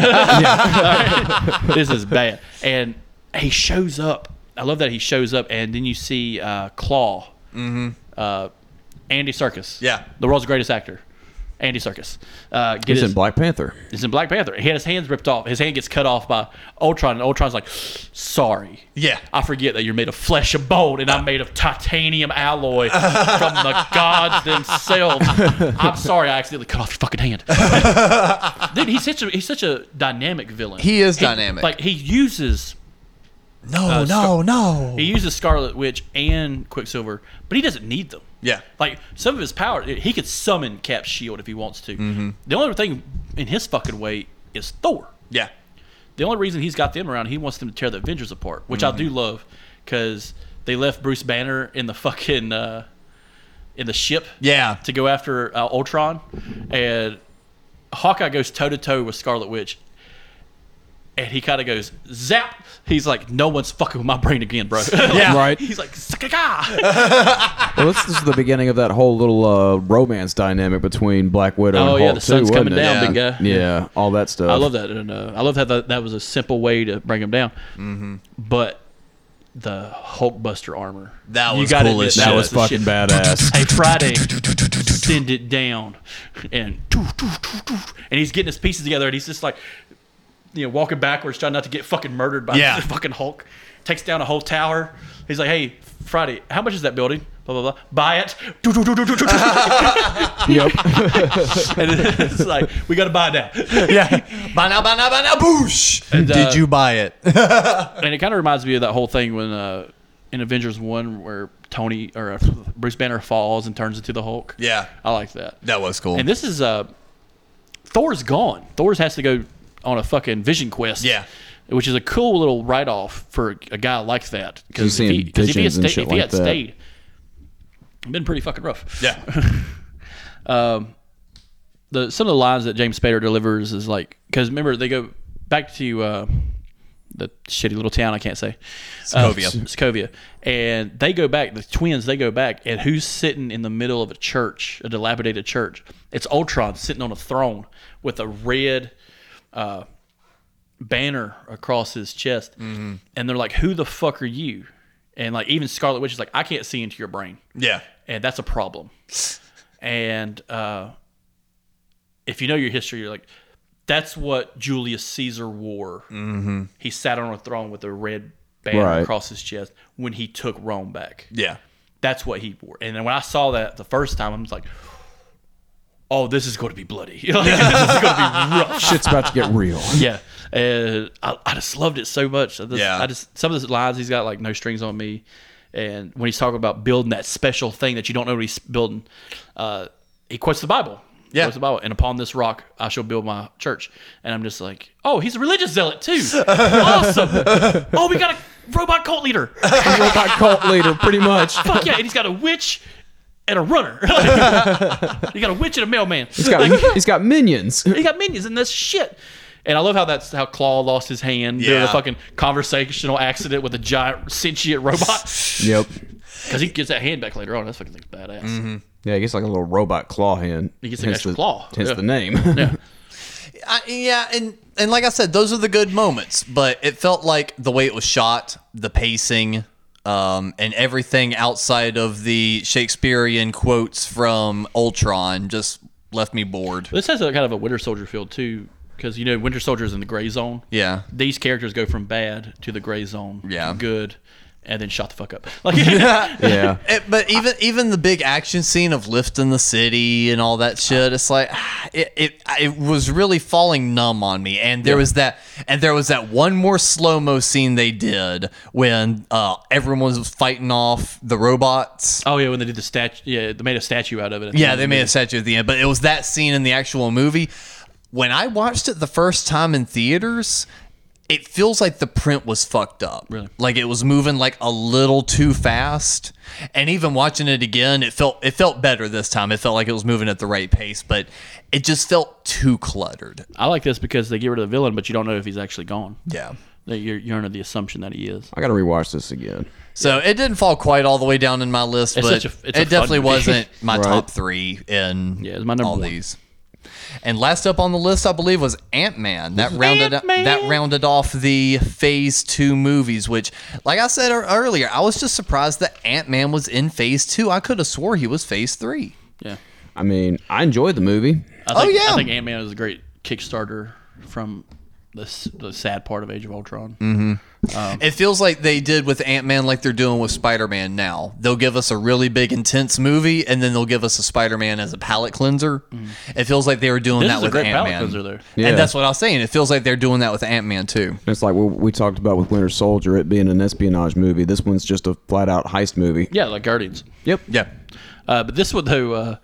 Speaker 2: this is bad. And he shows up. I love that he shows up, and then you see uh, Claw, uh, Andy Serkis.
Speaker 3: Yeah.
Speaker 2: the world's greatest actor, Andy Serkis. Uh, get
Speaker 1: He's
Speaker 2: his,
Speaker 1: in Black Panther.
Speaker 2: he's in Black Panther. He had his hands ripped off. His hand gets cut off by Ultron, and Ultron's like, "Sorry,
Speaker 3: Yeah.
Speaker 2: I forget that you're made of flesh and bone, and I'm made of titanium alloy from the gods themselves. I'm sorry, I accidentally cut off your fucking hand. Dude, he's such a he's such a dynamic villain.
Speaker 3: He is dynamic.
Speaker 2: Like he uses
Speaker 3: No, no,
Speaker 2: Scar-
Speaker 3: no.
Speaker 2: he uses Scarlet Witch and Quicksilver, but he doesn't need them.
Speaker 3: Yeah.
Speaker 2: Like some of his power, he could summon Cap's shield if he wants to.
Speaker 3: Mm-hmm.
Speaker 2: The only thing in his fucking way is Thor.
Speaker 3: yeah.
Speaker 2: The only reason he's got them around, he wants them to tear the Avengers apart, which I
Speaker 3: Mm-hmm.
Speaker 2: do love because they left Bruce Banner in the fucking uh, in the ship
Speaker 3: Yeah.
Speaker 2: to go after uh, Ultron, and Hawkeye goes toe to toe with Scarlet Witch, and he kind of goes zap. He's like, "No one's fucking with my brain again, bro."
Speaker 3: Yeah.
Speaker 1: Right.
Speaker 2: He's like, "Sakaka."
Speaker 1: Well, this, this is the beginning of that whole little uh, romance dynamic between Black Widow and
Speaker 2: Oh,
Speaker 1: Hulk
Speaker 2: yeah, the sun's
Speaker 1: too, wasn't
Speaker 2: coming down,
Speaker 1: it?
Speaker 2: big guy.
Speaker 1: Yeah. all that stuff.
Speaker 2: I love that. And, uh, I love how that, that was a simple way to bring him down.
Speaker 3: Mm-hmm.
Speaker 2: But the Hulkbuster armor.
Speaker 3: That
Speaker 2: You
Speaker 3: was
Speaker 2: gotta
Speaker 3: cool
Speaker 2: admit,
Speaker 3: as
Speaker 2: that
Speaker 3: shit.
Speaker 2: was the
Speaker 1: fucking
Speaker 2: shit.
Speaker 1: badass.
Speaker 2: hey Friday, send it down, and doof, doof, doof, doof. and he's getting his pieces together, and he's just like, you know, walking backwards, trying not to get fucking murdered by
Speaker 3: Yeah.
Speaker 2: the fucking Hulk. Takes down a whole tower. He's like, hey Friday, how much is that building? Blah blah blah. Buy it. Doo, doo, doo, doo, doo, doo, doo.
Speaker 1: Yep.
Speaker 2: and it's like we gotta buy it now.
Speaker 3: Yeah. Buy now, buy now, buy now, boosh.
Speaker 2: uh,
Speaker 3: Did you buy it?
Speaker 2: And it kind of reminds me of that whole thing when uh, in Avengers One where Tony or uh, Bruce Banner falls and turns into the Hulk.
Speaker 3: Yeah.
Speaker 2: I like that.
Speaker 3: That was cool.
Speaker 2: And this is uh, Thor's gone. Thor's has to go on a fucking vision quest.
Speaker 3: Yeah.
Speaker 2: which is a cool little write off for a guy like that.
Speaker 1: He's
Speaker 2: Because if,
Speaker 1: seeing
Speaker 2: he- 'cause if he had,
Speaker 1: visions and
Speaker 2: stayed,
Speaker 1: shit
Speaker 2: if he
Speaker 1: like
Speaker 2: had
Speaker 1: that.
Speaker 2: stayed, it'd been pretty fucking rough.
Speaker 3: yeah.
Speaker 2: The some of the lines that James Spader delivers is like because remember they go back to uh, the shitty little town I can't say
Speaker 3: Sokovia.
Speaker 2: uh, Sokovia, and they go back. The twins they go back, and who's sitting in the middle of a church, a dilapidated church? It's Ultron sitting on a throne with a red uh, banner across his chest, and they're like, "Who the fuck are you?" And like even Scarlet Witch is like, "I can't see into your brain."
Speaker 3: Yeah.
Speaker 2: and that's a problem. And uh, if you know your history, you're like, that's what Julius Caesar wore. Mm-hmm. He sat on a throne with a red banner
Speaker 1: Right.
Speaker 2: across his chest when he took Rome back.
Speaker 3: Yeah.
Speaker 2: That's what he wore. And then when I saw that the first time, I was like, oh, this is going to be bloody. Like, this is going to be rough.
Speaker 1: Shit's about to get real.
Speaker 2: Yeah, and I, I just loved it so much. I just,
Speaker 3: Yeah.
Speaker 2: I just some of the lines he's got like no strings on me, and when he's talking about building that special thing that you don't know what he's building, uh, he quotes the Bible. He
Speaker 3: Yeah.
Speaker 2: quotes the Bible. And upon this rock, I shall build my church. And I'm just like, oh, he's a religious zealot too. awesome. Oh, we got a robot cult leader.
Speaker 1: Robot cult leader, pretty much.
Speaker 2: Fuck yeah! And he's got a witch and a runner. you got a witch and a mailman.
Speaker 1: He's got, he's got minions.
Speaker 2: He got minions and that's shit. And I love how that's how Claw lost his hand during a
Speaker 3: Yeah.
Speaker 2: fucking conversational accident with a giant sentient robot.
Speaker 1: Yep.
Speaker 2: Because he gets that hand back later on. That's fucking like, badass.
Speaker 3: Mm-hmm.
Speaker 1: Yeah, he gets like a little robot claw hand. He
Speaker 2: gets an extra
Speaker 1: the,
Speaker 2: claw.
Speaker 1: Hence
Speaker 2: Yeah.
Speaker 1: the name.
Speaker 3: I, yeah, and and like I said, those are the good moments. But it felt like the way it was shot, the pacing, um, and everything outside of the Shakespearean quotes from Ultron just left me bored.
Speaker 2: This has a kind of a Winter Soldier feel too, because you know Winter Soldier's in the gray zone.
Speaker 3: Yeah,
Speaker 2: These characters go from bad to the gray zone.
Speaker 3: Yeah.
Speaker 2: Good. And then shot the fuck up. Like, yeah.
Speaker 1: yeah.
Speaker 3: It- but even even the big action scene of lifting the city and all that shit, it's like ah, it it, it was really falling numb on me. And there was that and there was that one more slow mo scene they did when uh, everyone was fighting off the robots.
Speaker 2: Oh yeah, when they did the statue, yeah, they made a statue out of it.
Speaker 3: Yeah, they made a statue at the end, but it was that scene in the actual movie. When I watched it the first time in theaters, it feels like the print was fucked up.
Speaker 2: Really?
Speaker 3: Like it was moving like a little too fast. And even watching it again, it felt it felt better this time. It felt like it was moving at the right pace, but it just felt too cluttered.
Speaker 2: I like this because they get rid of the villain, but you don't know if he's actually gone.
Speaker 3: Yeah.
Speaker 2: That You're, you're under the assumption that he is.
Speaker 1: I got to rewatch this again.
Speaker 3: So it didn't fall quite all the way down in my list,
Speaker 2: It's
Speaker 3: but
Speaker 2: such a- it's a
Speaker 3: it
Speaker 2: fun
Speaker 3: definitely
Speaker 2: movie.
Speaker 3: wasn't my
Speaker 1: Right.
Speaker 3: top three in
Speaker 2: Yeah, it's my number
Speaker 3: all
Speaker 2: one.
Speaker 3: these. And last up on the list, I believe, was Ant Man. That rounded
Speaker 2: Ant-Man.
Speaker 3: that rounded off the Phase Two movies, which, like I said ear- earlier, I was just surprised that Ant Man was in Phase Two. I could have swore he was Phase Three.
Speaker 2: Yeah.
Speaker 1: I mean, I enjoyed the movie.
Speaker 2: I
Speaker 3: Oh,
Speaker 2: think,
Speaker 3: yeah.
Speaker 2: I think Ant Man is a great Kickstarter from the s- the sad part of Age of Ultron.
Speaker 3: Mm-hmm. It feels like they did with Ant Man, like they're doing with Spider Man now. They'll give us a really big, intense movie, and then they'll give us a Spider Man as a palate cleanser. It feels like they were doing
Speaker 2: This
Speaker 3: that
Speaker 2: is a
Speaker 3: with
Speaker 2: great palate
Speaker 3: Ant Man.
Speaker 2: cleanser there.
Speaker 1: Yeah.
Speaker 3: And that's what I was saying. It feels like they're doing that with Ant Man too.
Speaker 1: It's like we, we talked about with Winter Soldier, it being an espionage movie. This one's just a flat out heist movie.
Speaker 2: Yeah, like Guardians.
Speaker 1: Yep.
Speaker 3: Yeah.
Speaker 2: Uh, but this one though, uh,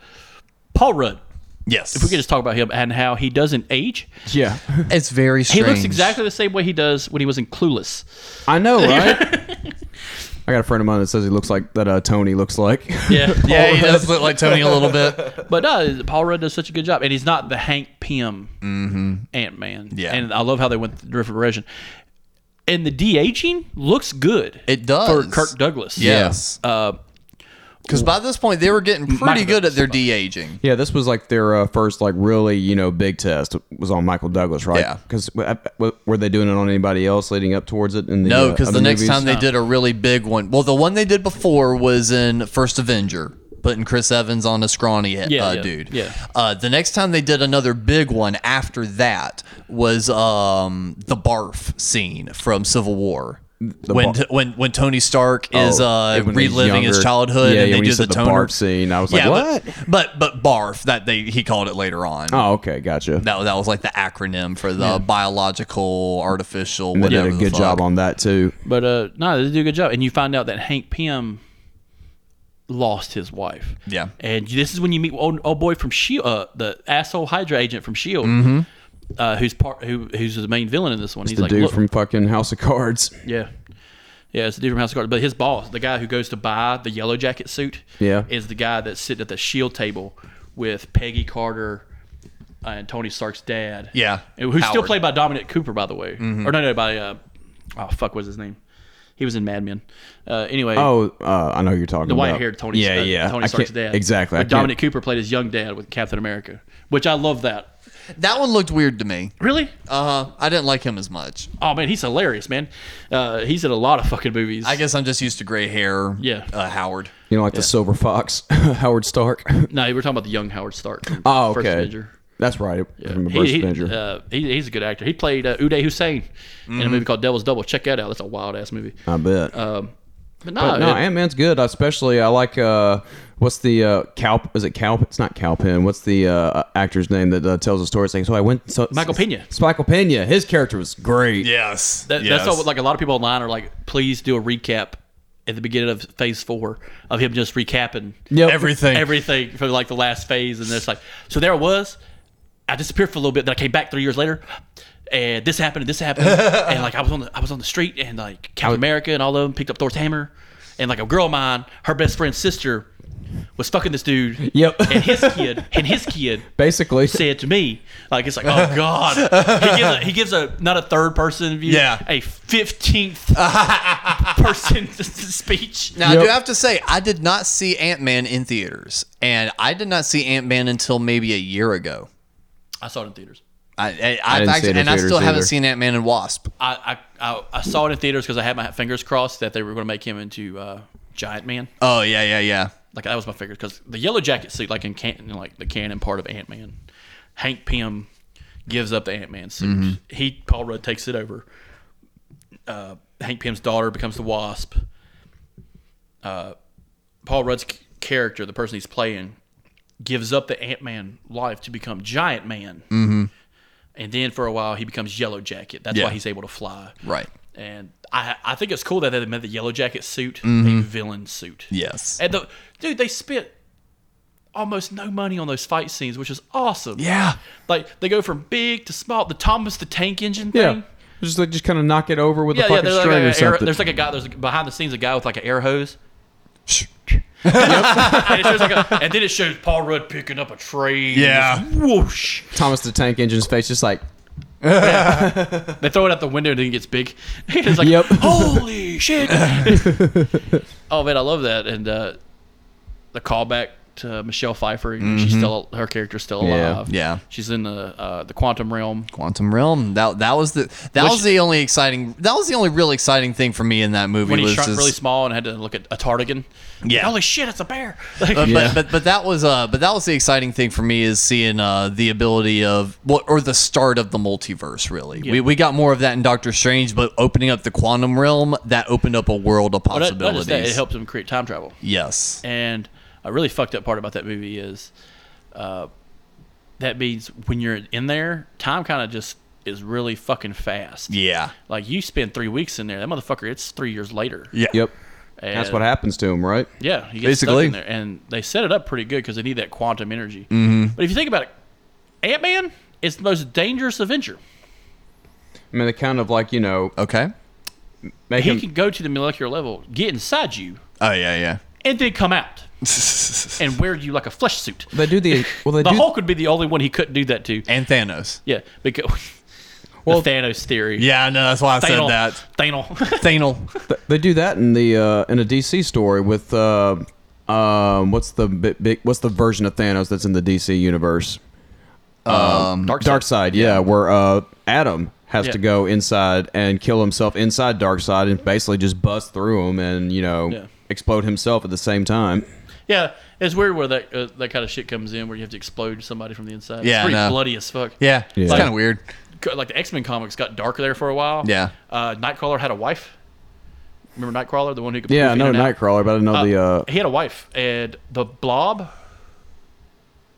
Speaker 2: Paul Rudd.
Speaker 3: Yes.
Speaker 2: If we could just talk about him and how he doesn't age.
Speaker 1: Yeah.
Speaker 3: it's very
Speaker 2: He
Speaker 3: strange.
Speaker 2: looks exactly the same way he does when he was in Clueless.
Speaker 1: I know, right? I got a friend of mine that says he looks like that uh, Tony looks like.
Speaker 2: Yeah,
Speaker 3: Yeah, he does look like Tony a little bit.
Speaker 2: But no, Paul Rudd does such a good job, and he's not the Hank Pym Ant Man.
Speaker 3: Mm-hmm. Yeah.
Speaker 2: and I love how they went the different direction. And the de aging looks good.
Speaker 3: It does.
Speaker 2: for Kirk Douglas.
Speaker 3: Yes.
Speaker 2: Uh,
Speaker 3: Because by this point they were getting pretty
Speaker 2: Michael
Speaker 3: good at their de aging.
Speaker 1: Yeah, this was like their uh, first like really you know big test was on Michael Douglas, right?
Speaker 3: Yeah.
Speaker 1: Because were they doing it on anybody else leading up towards it? In the,
Speaker 3: No,
Speaker 1: uh,
Speaker 3: because
Speaker 1: other
Speaker 3: the next
Speaker 1: movies?
Speaker 3: time they did a really big one. Well, the one they did before was in First Avenger, putting Chris Evans on a scrawny uh,
Speaker 2: Yeah, yeah,
Speaker 3: dude.
Speaker 2: yeah.
Speaker 3: Uh, the next time they did another big one after that was um, the barf scene from Civil War. when,
Speaker 1: bar-
Speaker 3: when when Tony Stark is
Speaker 1: Oh,
Speaker 3: uh,
Speaker 1: when he's
Speaker 3: reliving his
Speaker 1: younger.
Speaker 3: childhood
Speaker 1: Yeah,
Speaker 3: and
Speaker 1: yeah,
Speaker 3: they
Speaker 1: when
Speaker 3: do
Speaker 1: you
Speaker 3: the,
Speaker 1: said the
Speaker 3: toner
Speaker 1: barf scene, I was like,
Speaker 3: but- But, but barf that they he called it later on.
Speaker 1: Oh, okay, gotcha.
Speaker 3: That, that was like the acronym for the biological, artificial,
Speaker 1: they
Speaker 3: whatever.
Speaker 1: did a
Speaker 3: the
Speaker 1: good
Speaker 3: fuck.
Speaker 1: job on that too.
Speaker 2: but uh, no, they do a good job, and you find out that Hank Pym lost his wife.
Speaker 3: Yeah.
Speaker 2: and this is when you meet old, old boy from Shield, uh, the asshole Hydra agent from Shield. E Uh, who's part? Who, who's the main villain in this one? He's
Speaker 1: Mm-hmm. The
Speaker 2: like,
Speaker 1: dude
Speaker 2: "Look,
Speaker 1: from fucking House of Cards.
Speaker 2: Yeah. Yeah, it's a different House of Cards. But his boss, the guy who goes to buy the yellow jacket suit,
Speaker 1: Yeah.
Speaker 2: is the guy that's sitting at the shield table with Peggy Carter uh, and Tony Stark's dad.
Speaker 3: Yeah,
Speaker 2: And Who's still
Speaker 3: Howard.
Speaker 2: played by Dominic Cooper, by the way.
Speaker 1: Mm-hmm.
Speaker 2: Or no, no, by, uh, oh, fuck, was his name? He was in Mad Men. Uh, anyway,
Speaker 1: Oh, uh, I know who you're talking
Speaker 2: the
Speaker 1: about.
Speaker 2: white haired Tony,
Speaker 1: Yeah,
Speaker 2: uh,
Speaker 1: yeah.
Speaker 2: Tony
Speaker 1: I
Speaker 2: Stark's
Speaker 1: can't-
Speaker 2: dad.
Speaker 1: Exactly. I
Speaker 2: But
Speaker 1: can't-
Speaker 2: Dominic Cooper played his young dad with Captain America, which I love that.
Speaker 3: That one looked weird to me.
Speaker 2: Really?
Speaker 3: Uh huh. I didn't like him as much.
Speaker 2: Oh, man, he's hilarious, man. Uh, he's in a lot of fucking movies.
Speaker 3: I guess I'm just used to gray hair.
Speaker 2: Yeah.
Speaker 3: Uh, Howard.
Speaker 1: You know, like the Silver Fox, Howard Stark.
Speaker 2: No, we're talking about the young Howard Stark. from
Speaker 1: Oh, okay.
Speaker 2: First Avenger.
Speaker 1: That's right. From the
Speaker 2: He-
Speaker 1: First
Speaker 2: he,
Speaker 1: Avenger.
Speaker 2: uh, he- he's a good actor. He played uh, Uday Hussein in a movie called Devil's Double. Check that out. That's a wild ass movie.
Speaker 1: I bet.
Speaker 2: Um, but no,
Speaker 1: But no,
Speaker 2: it-
Speaker 1: Ant Man's good. Especially, I like uh, what's the uh, Cal? Is it Cal? It's not Calpin. What's the uh, actor's name that uh, tells the story? It's like, so I went. So,
Speaker 2: Michael Pena.
Speaker 1: It's Michael Pena. His character was great.
Speaker 3: Yes.
Speaker 2: that- that's all, like a lot of people online are like, please do a recap at the beginning of Phase Four of him just recapping
Speaker 1: Yep.
Speaker 3: everything.
Speaker 2: everything for like the last phase, and it's like, so there I was. I disappeared for a little bit, then I came back three years later, and this happened, and this happened, and like I was on the I was on the street, and like Captain America and all of them picked up Thor's hammer, and like a girl of mine, her best friend's sister, was fucking this dude.
Speaker 1: Yep.
Speaker 2: And his kid, and his kid
Speaker 1: Basically,
Speaker 2: said to me, like it's like, oh god, he gives a, he gives a not a third person view,
Speaker 3: Yeah.
Speaker 2: a fifteenth person speech.
Speaker 3: now, I do
Speaker 1: Yep.
Speaker 3: have to say, I did not see Ant Man in theaters, and I did not see Ant Man until maybe a year ago.
Speaker 2: I saw it in theaters.
Speaker 3: I, I, I've
Speaker 1: didn't see
Speaker 3: actually,
Speaker 1: it in
Speaker 3: and I
Speaker 1: theaters
Speaker 3: still haven't
Speaker 1: either.
Speaker 3: seen Ant Man and Wasp.
Speaker 2: I, I, I, I saw it in theaters because I had my fingers crossed that they were going to make him into uh, Giant Man.
Speaker 3: Oh yeah, yeah, yeah.
Speaker 2: Like that was my fingers because the yellow jacket suit, like in can, like the canon part of Ant Man, Hank Pym gives up the Ant Man suit.
Speaker 3: Mm-hmm.
Speaker 2: He Paul Rudd takes it over. Uh, Hank Pym's daughter becomes the Wasp. Uh, Paul Rudd's c- character, the person he's playing, gives up the Ant Man life to become Giant Man. Mm-hmm. And then for a while he becomes Yellow Jacket. That's
Speaker 3: Yeah.
Speaker 2: why he's able to fly.
Speaker 3: Right.
Speaker 2: And I I think it's cool that they made the Yellow Jacket suit a villain suit.
Speaker 3: Yes.
Speaker 2: And the dude, they spent almost no money on those fight scenes, which is awesome.
Speaker 3: Yeah.
Speaker 2: Like they go from big to small. The Thomas the Tank Engine
Speaker 1: Yeah.
Speaker 2: thing.
Speaker 1: Just like just kind of knock it over with a
Speaker 2: Yeah, yeah.
Speaker 1: fucking
Speaker 2: There's like,
Speaker 1: string
Speaker 2: a-
Speaker 1: or
Speaker 2: a air,
Speaker 1: something.
Speaker 2: there's like a guy. There's behind the scenes a guy with like an air hose. and, it shows like a, and then it shows Paul Rudd picking up a tray. and
Speaker 3: Yeah.
Speaker 2: just Whoosh.
Speaker 1: Thomas the Tank Engine's face, just like
Speaker 2: They throw it out the window and then it gets big. it's like,
Speaker 1: Yep.
Speaker 2: holy shit. oh, man, I love that. And uh, the callback to Michelle Pfeiffer. She's still, her character's still
Speaker 1: Yeah.
Speaker 2: alive.
Speaker 3: Mm-hmm. Yeah.
Speaker 2: She's in the uh, the quantum realm.
Speaker 3: Quantum Realm. That that was the that was the only exciting that was the only real exciting thing for me in that movie
Speaker 2: When he
Speaker 3: was
Speaker 2: shrunk
Speaker 3: just-
Speaker 2: really small and had to look at a tardigan.
Speaker 3: Yeah.
Speaker 2: Holy shit, it's a bear. Like,
Speaker 3: but,
Speaker 1: Yeah.
Speaker 3: but, but but that was uh but that was the exciting thing for me is seeing uh the ability of what or the start of the multiverse really we, we got more of that in Doctor Strange but opening up the quantum realm that opened up a world of
Speaker 2: Well, that- not just
Speaker 3: possibilities
Speaker 2: that, it helps him create time travel.
Speaker 3: yes
Speaker 2: And a really fucked up part about that movie is uh, that means when you're in there, time kind of just is really fucking fast.
Speaker 3: yeah
Speaker 2: Like you spend three weeks in there, that motherfucker, it's three years later.
Speaker 3: yeah
Speaker 1: yep.
Speaker 2: And
Speaker 1: That's what happens to him, right?
Speaker 2: Yeah, he gets
Speaker 3: Basically.
Speaker 2: stuck in there, and they set it up pretty good because they need that quantum energy. Mm-hmm. But if you think about it, Ant Man is the most dangerous Avenger.
Speaker 1: I mean, they kind of like you know
Speaker 3: okay
Speaker 1: make
Speaker 2: He
Speaker 1: him.
Speaker 2: can go to the molecular level, get inside you,
Speaker 3: oh yeah yeah
Speaker 2: and then come out and wear you like a flesh suit.
Speaker 1: They do the well. They
Speaker 2: The
Speaker 1: do
Speaker 2: Hulk would be the only one he couldn't do that to.
Speaker 3: and Thanos
Speaker 2: Yeah, because
Speaker 1: Well-
Speaker 2: the Thanos theory.
Speaker 3: yeah no that's why I said
Speaker 2: Thanos.
Speaker 3: that
Speaker 2: Thanos.
Speaker 3: Thanos
Speaker 1: th- they do that in the uh, in a DC story with uh, um what's the big, big what's the version of Thanos that's in the DC universe?
Speaker 3: um
Speaker 2: Darkseid.
Speaker 1: Dark Side, yeah, where uh, Adam has
Speaker 2: Yeah.
Speaker 1: to go inside and kill himself inside Dark Side and basically just bust through him and you know
Speaker 2: Yeah.
Speaker 1: explode himself at the same time.
Speaker 2: Yeah, it's weird where that uh, that kind of shit comes in, where you have to explode somebody from the inside.
Speaker 3: Yeah,
Speaker 2: it's pretty
Speaker 3: I know.
Speaker 2: bloody as fuck.
Speaker 3: yeah, it's
Speaker 1: Yeah.
Speaker 3: kind of weird
Speaker 2: Co- like the X Men comics got dark there for a while.
Speaker 3: Yeah.
Speaker 2: uh, Nightcrawler had a wife. Remember Nightcrawler, the one who could
Speaker 1: Yeah, I
Speaker 2: poof
Speaker 1: know
Speaker 2: in and out?
Speaker 1: Nightcrawler, but I didn't know
Speaker 2: Uh,
Speaker 1: the uh,
Speaker 2: he had a wife, and the Blob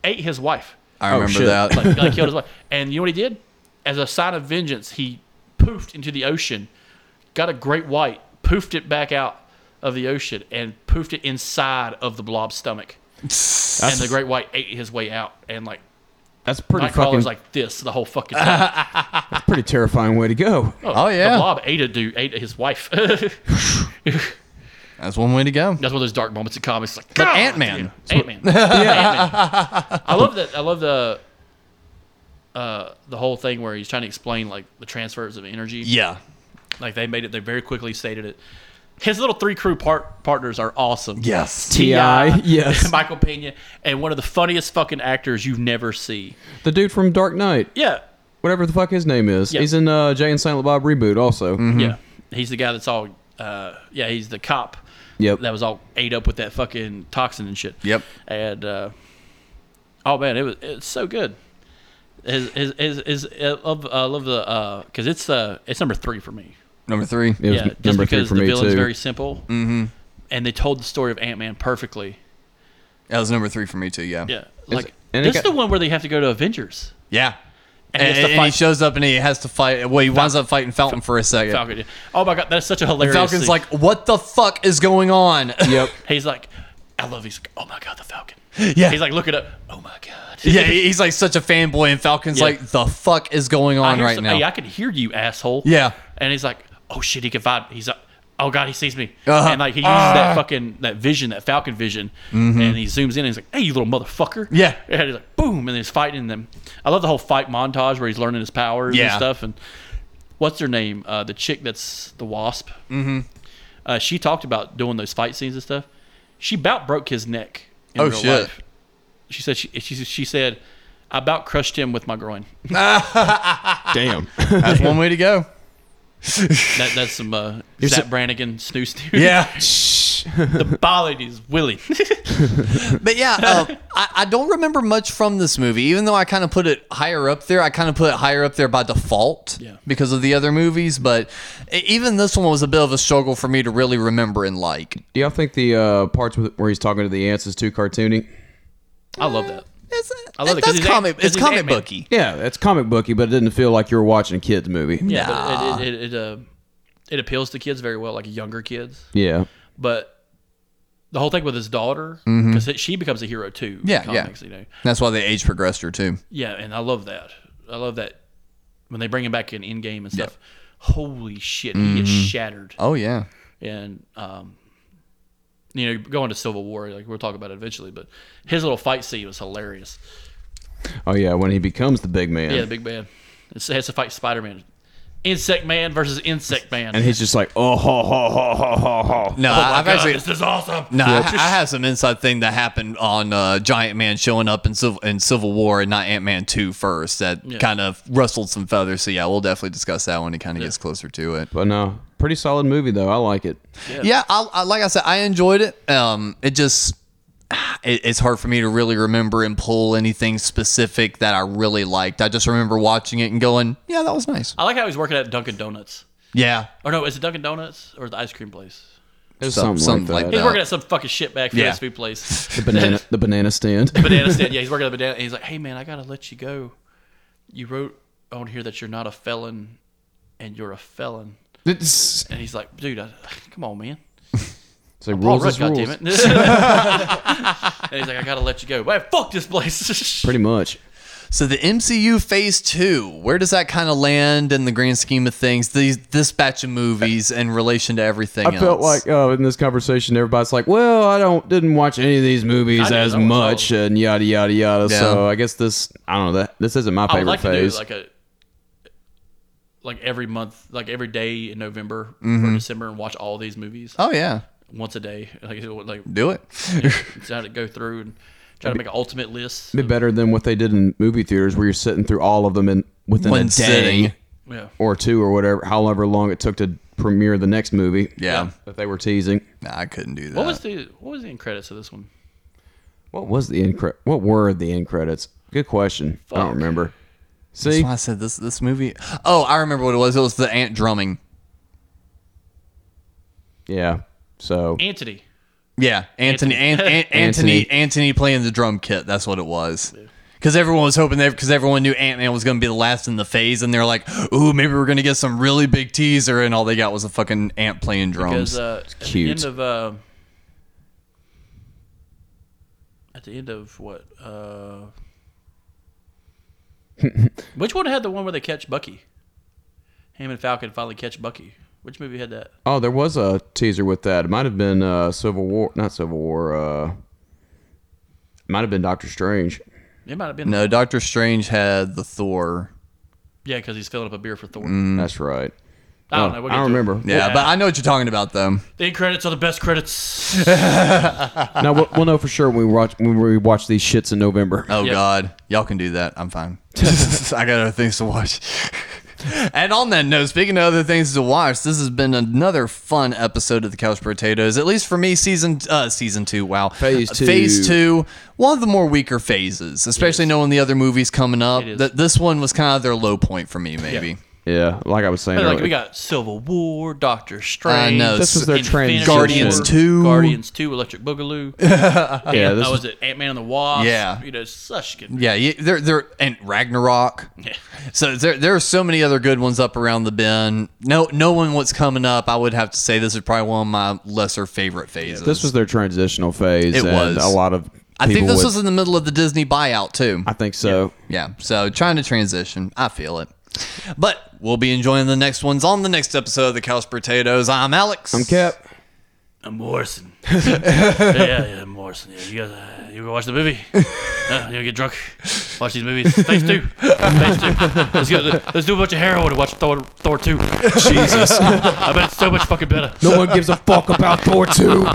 Speaker 2: ate his wife.
Speaker 3: I
Speaker 1: Oh,
Speaker 3: remember
Speaker 1: shit.
Speaker 3: that
Speaker 2: Like, like killed his wife. And you know what he did? As a sign of vengeance, he poofed into the ocean, got a great white, poofed it back out of the ocean, and poofed it inside of the blob's stomach. and the great white ate his way out, and like
Speaker 1: that's pretty fucking
Speaker 2: Nightcrawler's like this the whole fucking time.
Speaker 1: pretty terrifying way to go.
Speaker 3: oh
Speaker 2: The
Speaker 3: yeah
Speaker 2: blob ate a dude, ate his wife. That's
Speaker 3: that's one way to go
Speaker 2: one of those dark moments in comics. Like,
Speaker 3: But
Speaker 2: God
Speaker 3: Ant-Man.
Speaker 2: damn. Ant-Man. Ant-Man. I love that. I love the uh, the whole thing where he's trying to explain like the transfers of energy.
Speaker 3: yeah
Speaker 2: Like they made it. They very quickly stated it. His little three crew part, partners are awesome.
Speaker 3: yes
Speaker 1: T.I., yes.
Speaker 2: Michael Pena, and one of the funniest fucking actors you never see.
Speaker 1: The dude from Dark Knight,
Speaker 2: Yeah,
Speaker 1: whatever the fuck his name is,
Speaker 2: Yeah.
Speaker 1: he's in uh, Jay and Silent Bob reboot also.
Speaker 2: yeah. He's the guy that's all. Uh, yeah, he's the cop.
Speaker 1: Yep.
Speaker 2: That was all ate up with that fucking toxin and shit.
Speaker 3: Yep.
Speaker 2: And uh, oh man, it was it's so good. His his his, his I love I love the uh because it's uh it's number three for me.
Speaker 3: number three
Speaker 1: It was
Speaker 2: yeah, just
Speaker 1: number three
Speaker 2: because
Speaker 1: for
Speaker 2: the
Speaker 1: me
Speaker 2: villain's
Speaker 1: too.
Speaker 2: very simple. Mm-hmm. And they told the story of Ant Man perfectly.
Speaker 3: that was number three for me too yeah
Speaker 2: Yeah, like
Speaker 1: and it
Speaker 2: this is
Speaker 1: got-
Speaker 2: the one where they have to go to Avengers.
Speaker 3: Yeah.
Speaker 2: And
Speaker 3: And,
Speaker 2: he has to
Speaker 3: and he
Speaker 2: fight-
Speaker 3: shows up and he has to fight. Well, he winds up fighting Falcon for a second.
Speaker 2: Falcon. yeah. Oh my god, that's such a hilarious.
Speaker 3: Falcon's
Speaker 2: scene.
Speaker 3: like, "What the fuck is going on?"
Speaker 1: Yep.
Speaker 2: he's like, I love. He's like, oh my god, the Falcon.
Speaker 3: Yeah.
Speaker 2: He's like, look it up. Oh my god.
Speaker 3: yeah, he- he's like such a fanboy, and Falcon's
Speaker 2: Yeah.
Speaker 3: like, "The fuck is going
Speaker 2: I
Speaker 3: on
Speaker 2: hear
Speaker 3: right
Speaker 2: some-
Speaker 3: now?"
Speaker 2: Hey, I can hear you, asshole.
Speaker 3: Yeah.
Speaker 2: And he's like, oh shit, he can vibe. He's like, oh god, he sees me.
Speaker 3: Uh-huh.
Speaker 2: And like he uses that fucking that vision, that Falcon vision, and he zooms in and he's like, hey, you little motherfucker.
Speaker 3: Mm-hmm. Yeah.
Speaker 2: And he's like, boom, and he's fighting them. I love the whole fight montage where he's learning his powers and
Speaker 3: Yeah.
Speaker 2: stuff. And what's her name? Uh, the chick that's the wasp. Mm-hmm. Uh, she talked about doing those fight scenes and stuff. She about broke his neck. In
Speaker 3: Oh,
Speaker 2: real
Speaker 3: shit.
Speaker 2: Life. She said she, she she said, I about crushed him with my groin.
Speaker 1: Damn.
Speaker 3: That's one way to go.
Speaker 2: That, that's some uh,
Speaker 1: You're
Speaker 2: Zach
Speaker 1: so-
Speaker 2: Brannigan snooze dude.
Speaker 3: Yeah,
Speaker 2: the ballad is willing.
Speaker 3: but yeah, uh, I, I don't remember much from this movie, even though I kind of put it higher up there. I kind of put it higher up there by default
Speaker 2: Yeah.
Speaker 3: because of the other movies, but e- even this one was a bit of a struggle for me to really remember and like.
Speaker 1: Do y'all think the uh, parts with, where he's talking to the ants is too cartoony?
Speaker 2: I love that.
Speaker 3: It's,
Speaker 2: I love it 'cause
Speaker 3: that's
Speaker 2: he's Ant-
Speaker 3: comic.
Speaker 2: 'cause
Speaker 3: It's
Speaker 2: he's
Speaker 3: comic
Speaker 2: Ant-Man.
Speaker 3: booky.
Speaker 1: Yeah, it's comic booky, but it didn't feel like you were watching a kids movie.
Speaker 2: Yeah, but it, it, it, it, uh, it appeals to kids very well, like younger kids.
Speaker 1: Yeah.
Speaker 2: But the whole thing with his daughter, because she becomes a hero too. in
Speaker 3: Yeah, yeah.
Speaker 2: comics, You know?
Speaker 3: That's why they age progressed her too.
Speaker 2: Yeah, and I love that. I love that when they bring him back in in game and stuff. holy shit, he is shattered.
Speaker 3: Oh yeah.
Speaker 2: And um, you know, going to Civil War, like we'll talk about it eventually, but his little fight scene was hilarious.
Speaker 1: Oh yeah, when he becomes the big man,
Speaker 2: Yeah, the big man. It's, it has to fight Spider Man. Insect Man versus Insect Man.
Speaker 1: and he's just like, oh, ho, ho, ho, ho, ho, ho.
Speaker 3: No,
Speaker 2: oh my
Speaker 3: I've
Speaker 2: God,
Speaker 3: actually
Speaker 2: this is awesome.
Speaker 3: No, I, I have some inside thing that happened on uh, Giant Man showing up in Civil, in Civil War and not Ant Man 2 first that kind of rustled some feathers. So, yeah, we'll definitely discuss that when it kind of gets closer to it.
Speaker 1: But no, pretty solid movie though. I like it.
Speaker 3: Yeah, I, I, like I said, I enjoyed it. Um, it just, it, it's hard for me to really remember and pull anything specific that I really liked. I just remember watching it and going, yeah, that was nice.
Speaker 2: I like how he's working at Dunkin' Donuts.
Speaker 3: Yeah.
Speaker 2: Or no, is it Dunkin' Donuts or the ice cream place?
Speaker 1: There's
Speaker 3: Some-
Speaker 1: something,
Speaker 3: something
Speaker 1: like
Speaker 3: like
Speaker 1: that.
Speaker 2: He's
Speaker 3: Yeah.
Speaker 2: working at some fucking shitbag fast
Speaker 3: Yeah.
Speaker 2: food place.
Speaker 1: The banana, the banana stand.
Speaker 2: banana stand. Yeah, he's working at the banana. And he's like, "Hey man, I gotta let you go. You wrote on here that you're not a felon, and you're a felon."
Speaker 1: it's
Speaker 2: And he's like, "Dude, I, come on, man.
Speaker 1: it's like
Speaker 2: Paul
Speaker 1: rules
Speaker 2: Rudd,
Speaker 1: is rules.
Speaker 2: goddamn it." and he's like, "I gotta let you go. But fuck this place."
Speaker 1: Pretty much.
Speaker 3: So the MCU Phase Two, where does that kind of land in the grand scheme of things? These this batch of movies in relation to everything.
Speaker 1: I felt
Speaker 3: else?
Speaker 1: like uh, in this conversation, everybody's like, "Well, I don't didn't watch any of these movies
Speaker 2: I didn't
Speaker 1: as
Speaker 2: know what
Speaker 1: much," and yada yada yada.
Speaker 3: Yeah.
Speaker 1: So I guess this I don't know that this isn't my
Speaker 2: I would
Speaker 1: favorite
Speaker 2: like
Speaker 1: phase.
Speaker 2: to do like a like every month, like every day in November or December, and watch all these movies
Speaker 3: oh yeah,
Speaker 2: once a day. Like, like
Speaker 3: do it.
Speaker 2: try to go through and try to make an ultimate list.
Speaker 1: It'd be better than what they did in movie theaters, where you're sitting through all of them in within
Speaker 3: One
Speaker 1: a sitting
Speaker 3: day.
Speaker 2: Yeah.
Speaker 1: or two or whatever, however long it took to premiere the next movie.
Speaker 3: Yeah.
Speaker 1: that they were teasing.
Speaker 3: Nah, I couldn't do that.
Speaker 2: What was the what was the end credits of this one?
Speaker 1: What was the end? Cre- what were the end credits? Good question. I
Speaker 2: Fuck.
Speaker 1: don't remember.
Speaker 3: That's
Speaker 1: See,
Speaker 3: why I said this this movie. Oh, I remember what it was. It was the ant drumming.
Speaker 1: yeah. So
Speaker 2: Antony.
Speaker 3: Yeah, Anthony, An- An- Anthony,
Speaker 1: Anthony.
Speaker 3: Anthony playing the drum kit. That's what it was. Because everyone was hoping that because everyone knew Ant Man was going to be the last in the phase, and they're like, "Ooh, maybe we're going to get some really big teaser," and all they got was a fucking ant playing drums.
Speaker 2: Because uh, at
Speaker 1: cute.
Speaker 2: the end of uh, at the end of what? Uh, which one had the one where they catch Bucky? Him and Falcon finally catch Bucky. Which movie had that?
Speaker 1: Oh, there was a teaser with that. It might have been uh, Civil War, not Civil War. Uh, it might have been Doctor Strange.
Speaker 2: It might have been.
Speaker 3: no, Doctor Strange had the Thor.
Speaker 2: Yeah, because he's filling up a beer for Thor.
Speaker 1: That's right.
Speaker 2: I
Speaker 1: Mm.
Speaker 2: don't
Speaker 1: Oh,
Speaker 2: know. We'll
Speaker 1: I
Speaker 2: get
Speaker 1: don't
Speaker 2: to it.
Speaker 1: remember.
Speaker 3: Yeah, but I know what you're talking about, though.
Speaker 2: The end credits are the best credits.
Speaker 1: now we'll, we'll know for sure when we watch when we watch these shits in November.
Speaker 3: Oh
Speaker 2: Yeah.
Speaker 3: God, y'all can do that. I'm fine. I got other things to watch. and on that note, speaking of other things to watch, this has been another fun episode of the Couch Potatoes. At least for me, season uh, season two. Wow,
Speaker 1: Phase
Speaker 3: Uh,
Speaker 1: two.
Speaker 3: phase two. One of the more weaker phases, especially knowing the other movies coming up.
Speaker 2: It is.
Speaker 3: Th- this one was kind of their low point for me, maybe.
Speaker 1: Yeah, like I was saying.
Speaker 2: Like
Speaker 1: Earlier.
Speaker 2: we got Civil War, Doctor Strange.
Speaker 3: know. This was
Speaker 1: their
Speaker 2: Infinity
Speaker 1: transition.
Speaker 3: Guardians
Speaker 2: War,
Speaker 3: 2.
Speaker 2: Guardians Two, Electric Boogaloo.
Speaker 1: yeah,
Speaker 2: That
Speaker 1: this
Speaker 2: was it. Ant Man and the Wasp.
Speaker 3: Yeah.
Speaker 2: you know, such good.
Speaker 3: Yeah, yeah, they're they're and Ragnarok. So there, there are so many other good ones up around the bend. No, knowing what's coming up, I would have to say this is probably one of my lesser favorite phases.
Speaker 1: this was their transitional phase.
Speaker 3: It
Speaker 1: and
Speaker 3: was.
Speaker 1: a lot of.
Speaker 3: I think
Speaker 1: people
Speaker 3: this
Speaker 1: would-
Speaker 3: was in the middle of the Disney buyout too.
Speaker 1: I think so.
Speaker 3: yeah, so trying to transition, I feel it. But we'll be enjoying the next ones on the next episode of the Couch Potatoes. I'm Alex.
Speaker 1: I'm kept.
Speaker 2: Uh, Morrison. yeah, yeah, Morrison. Yeah, you guys, uh, you go watch the movie. Uh, you get drunk. Watch these movies. Phase two. Phase two. Let's go. Let's do a bunch of heroin and watch Thor. Thor two. Jesus. I bet it's so much fucking better.
Speaker 1: No one gives a fuck about Thor two.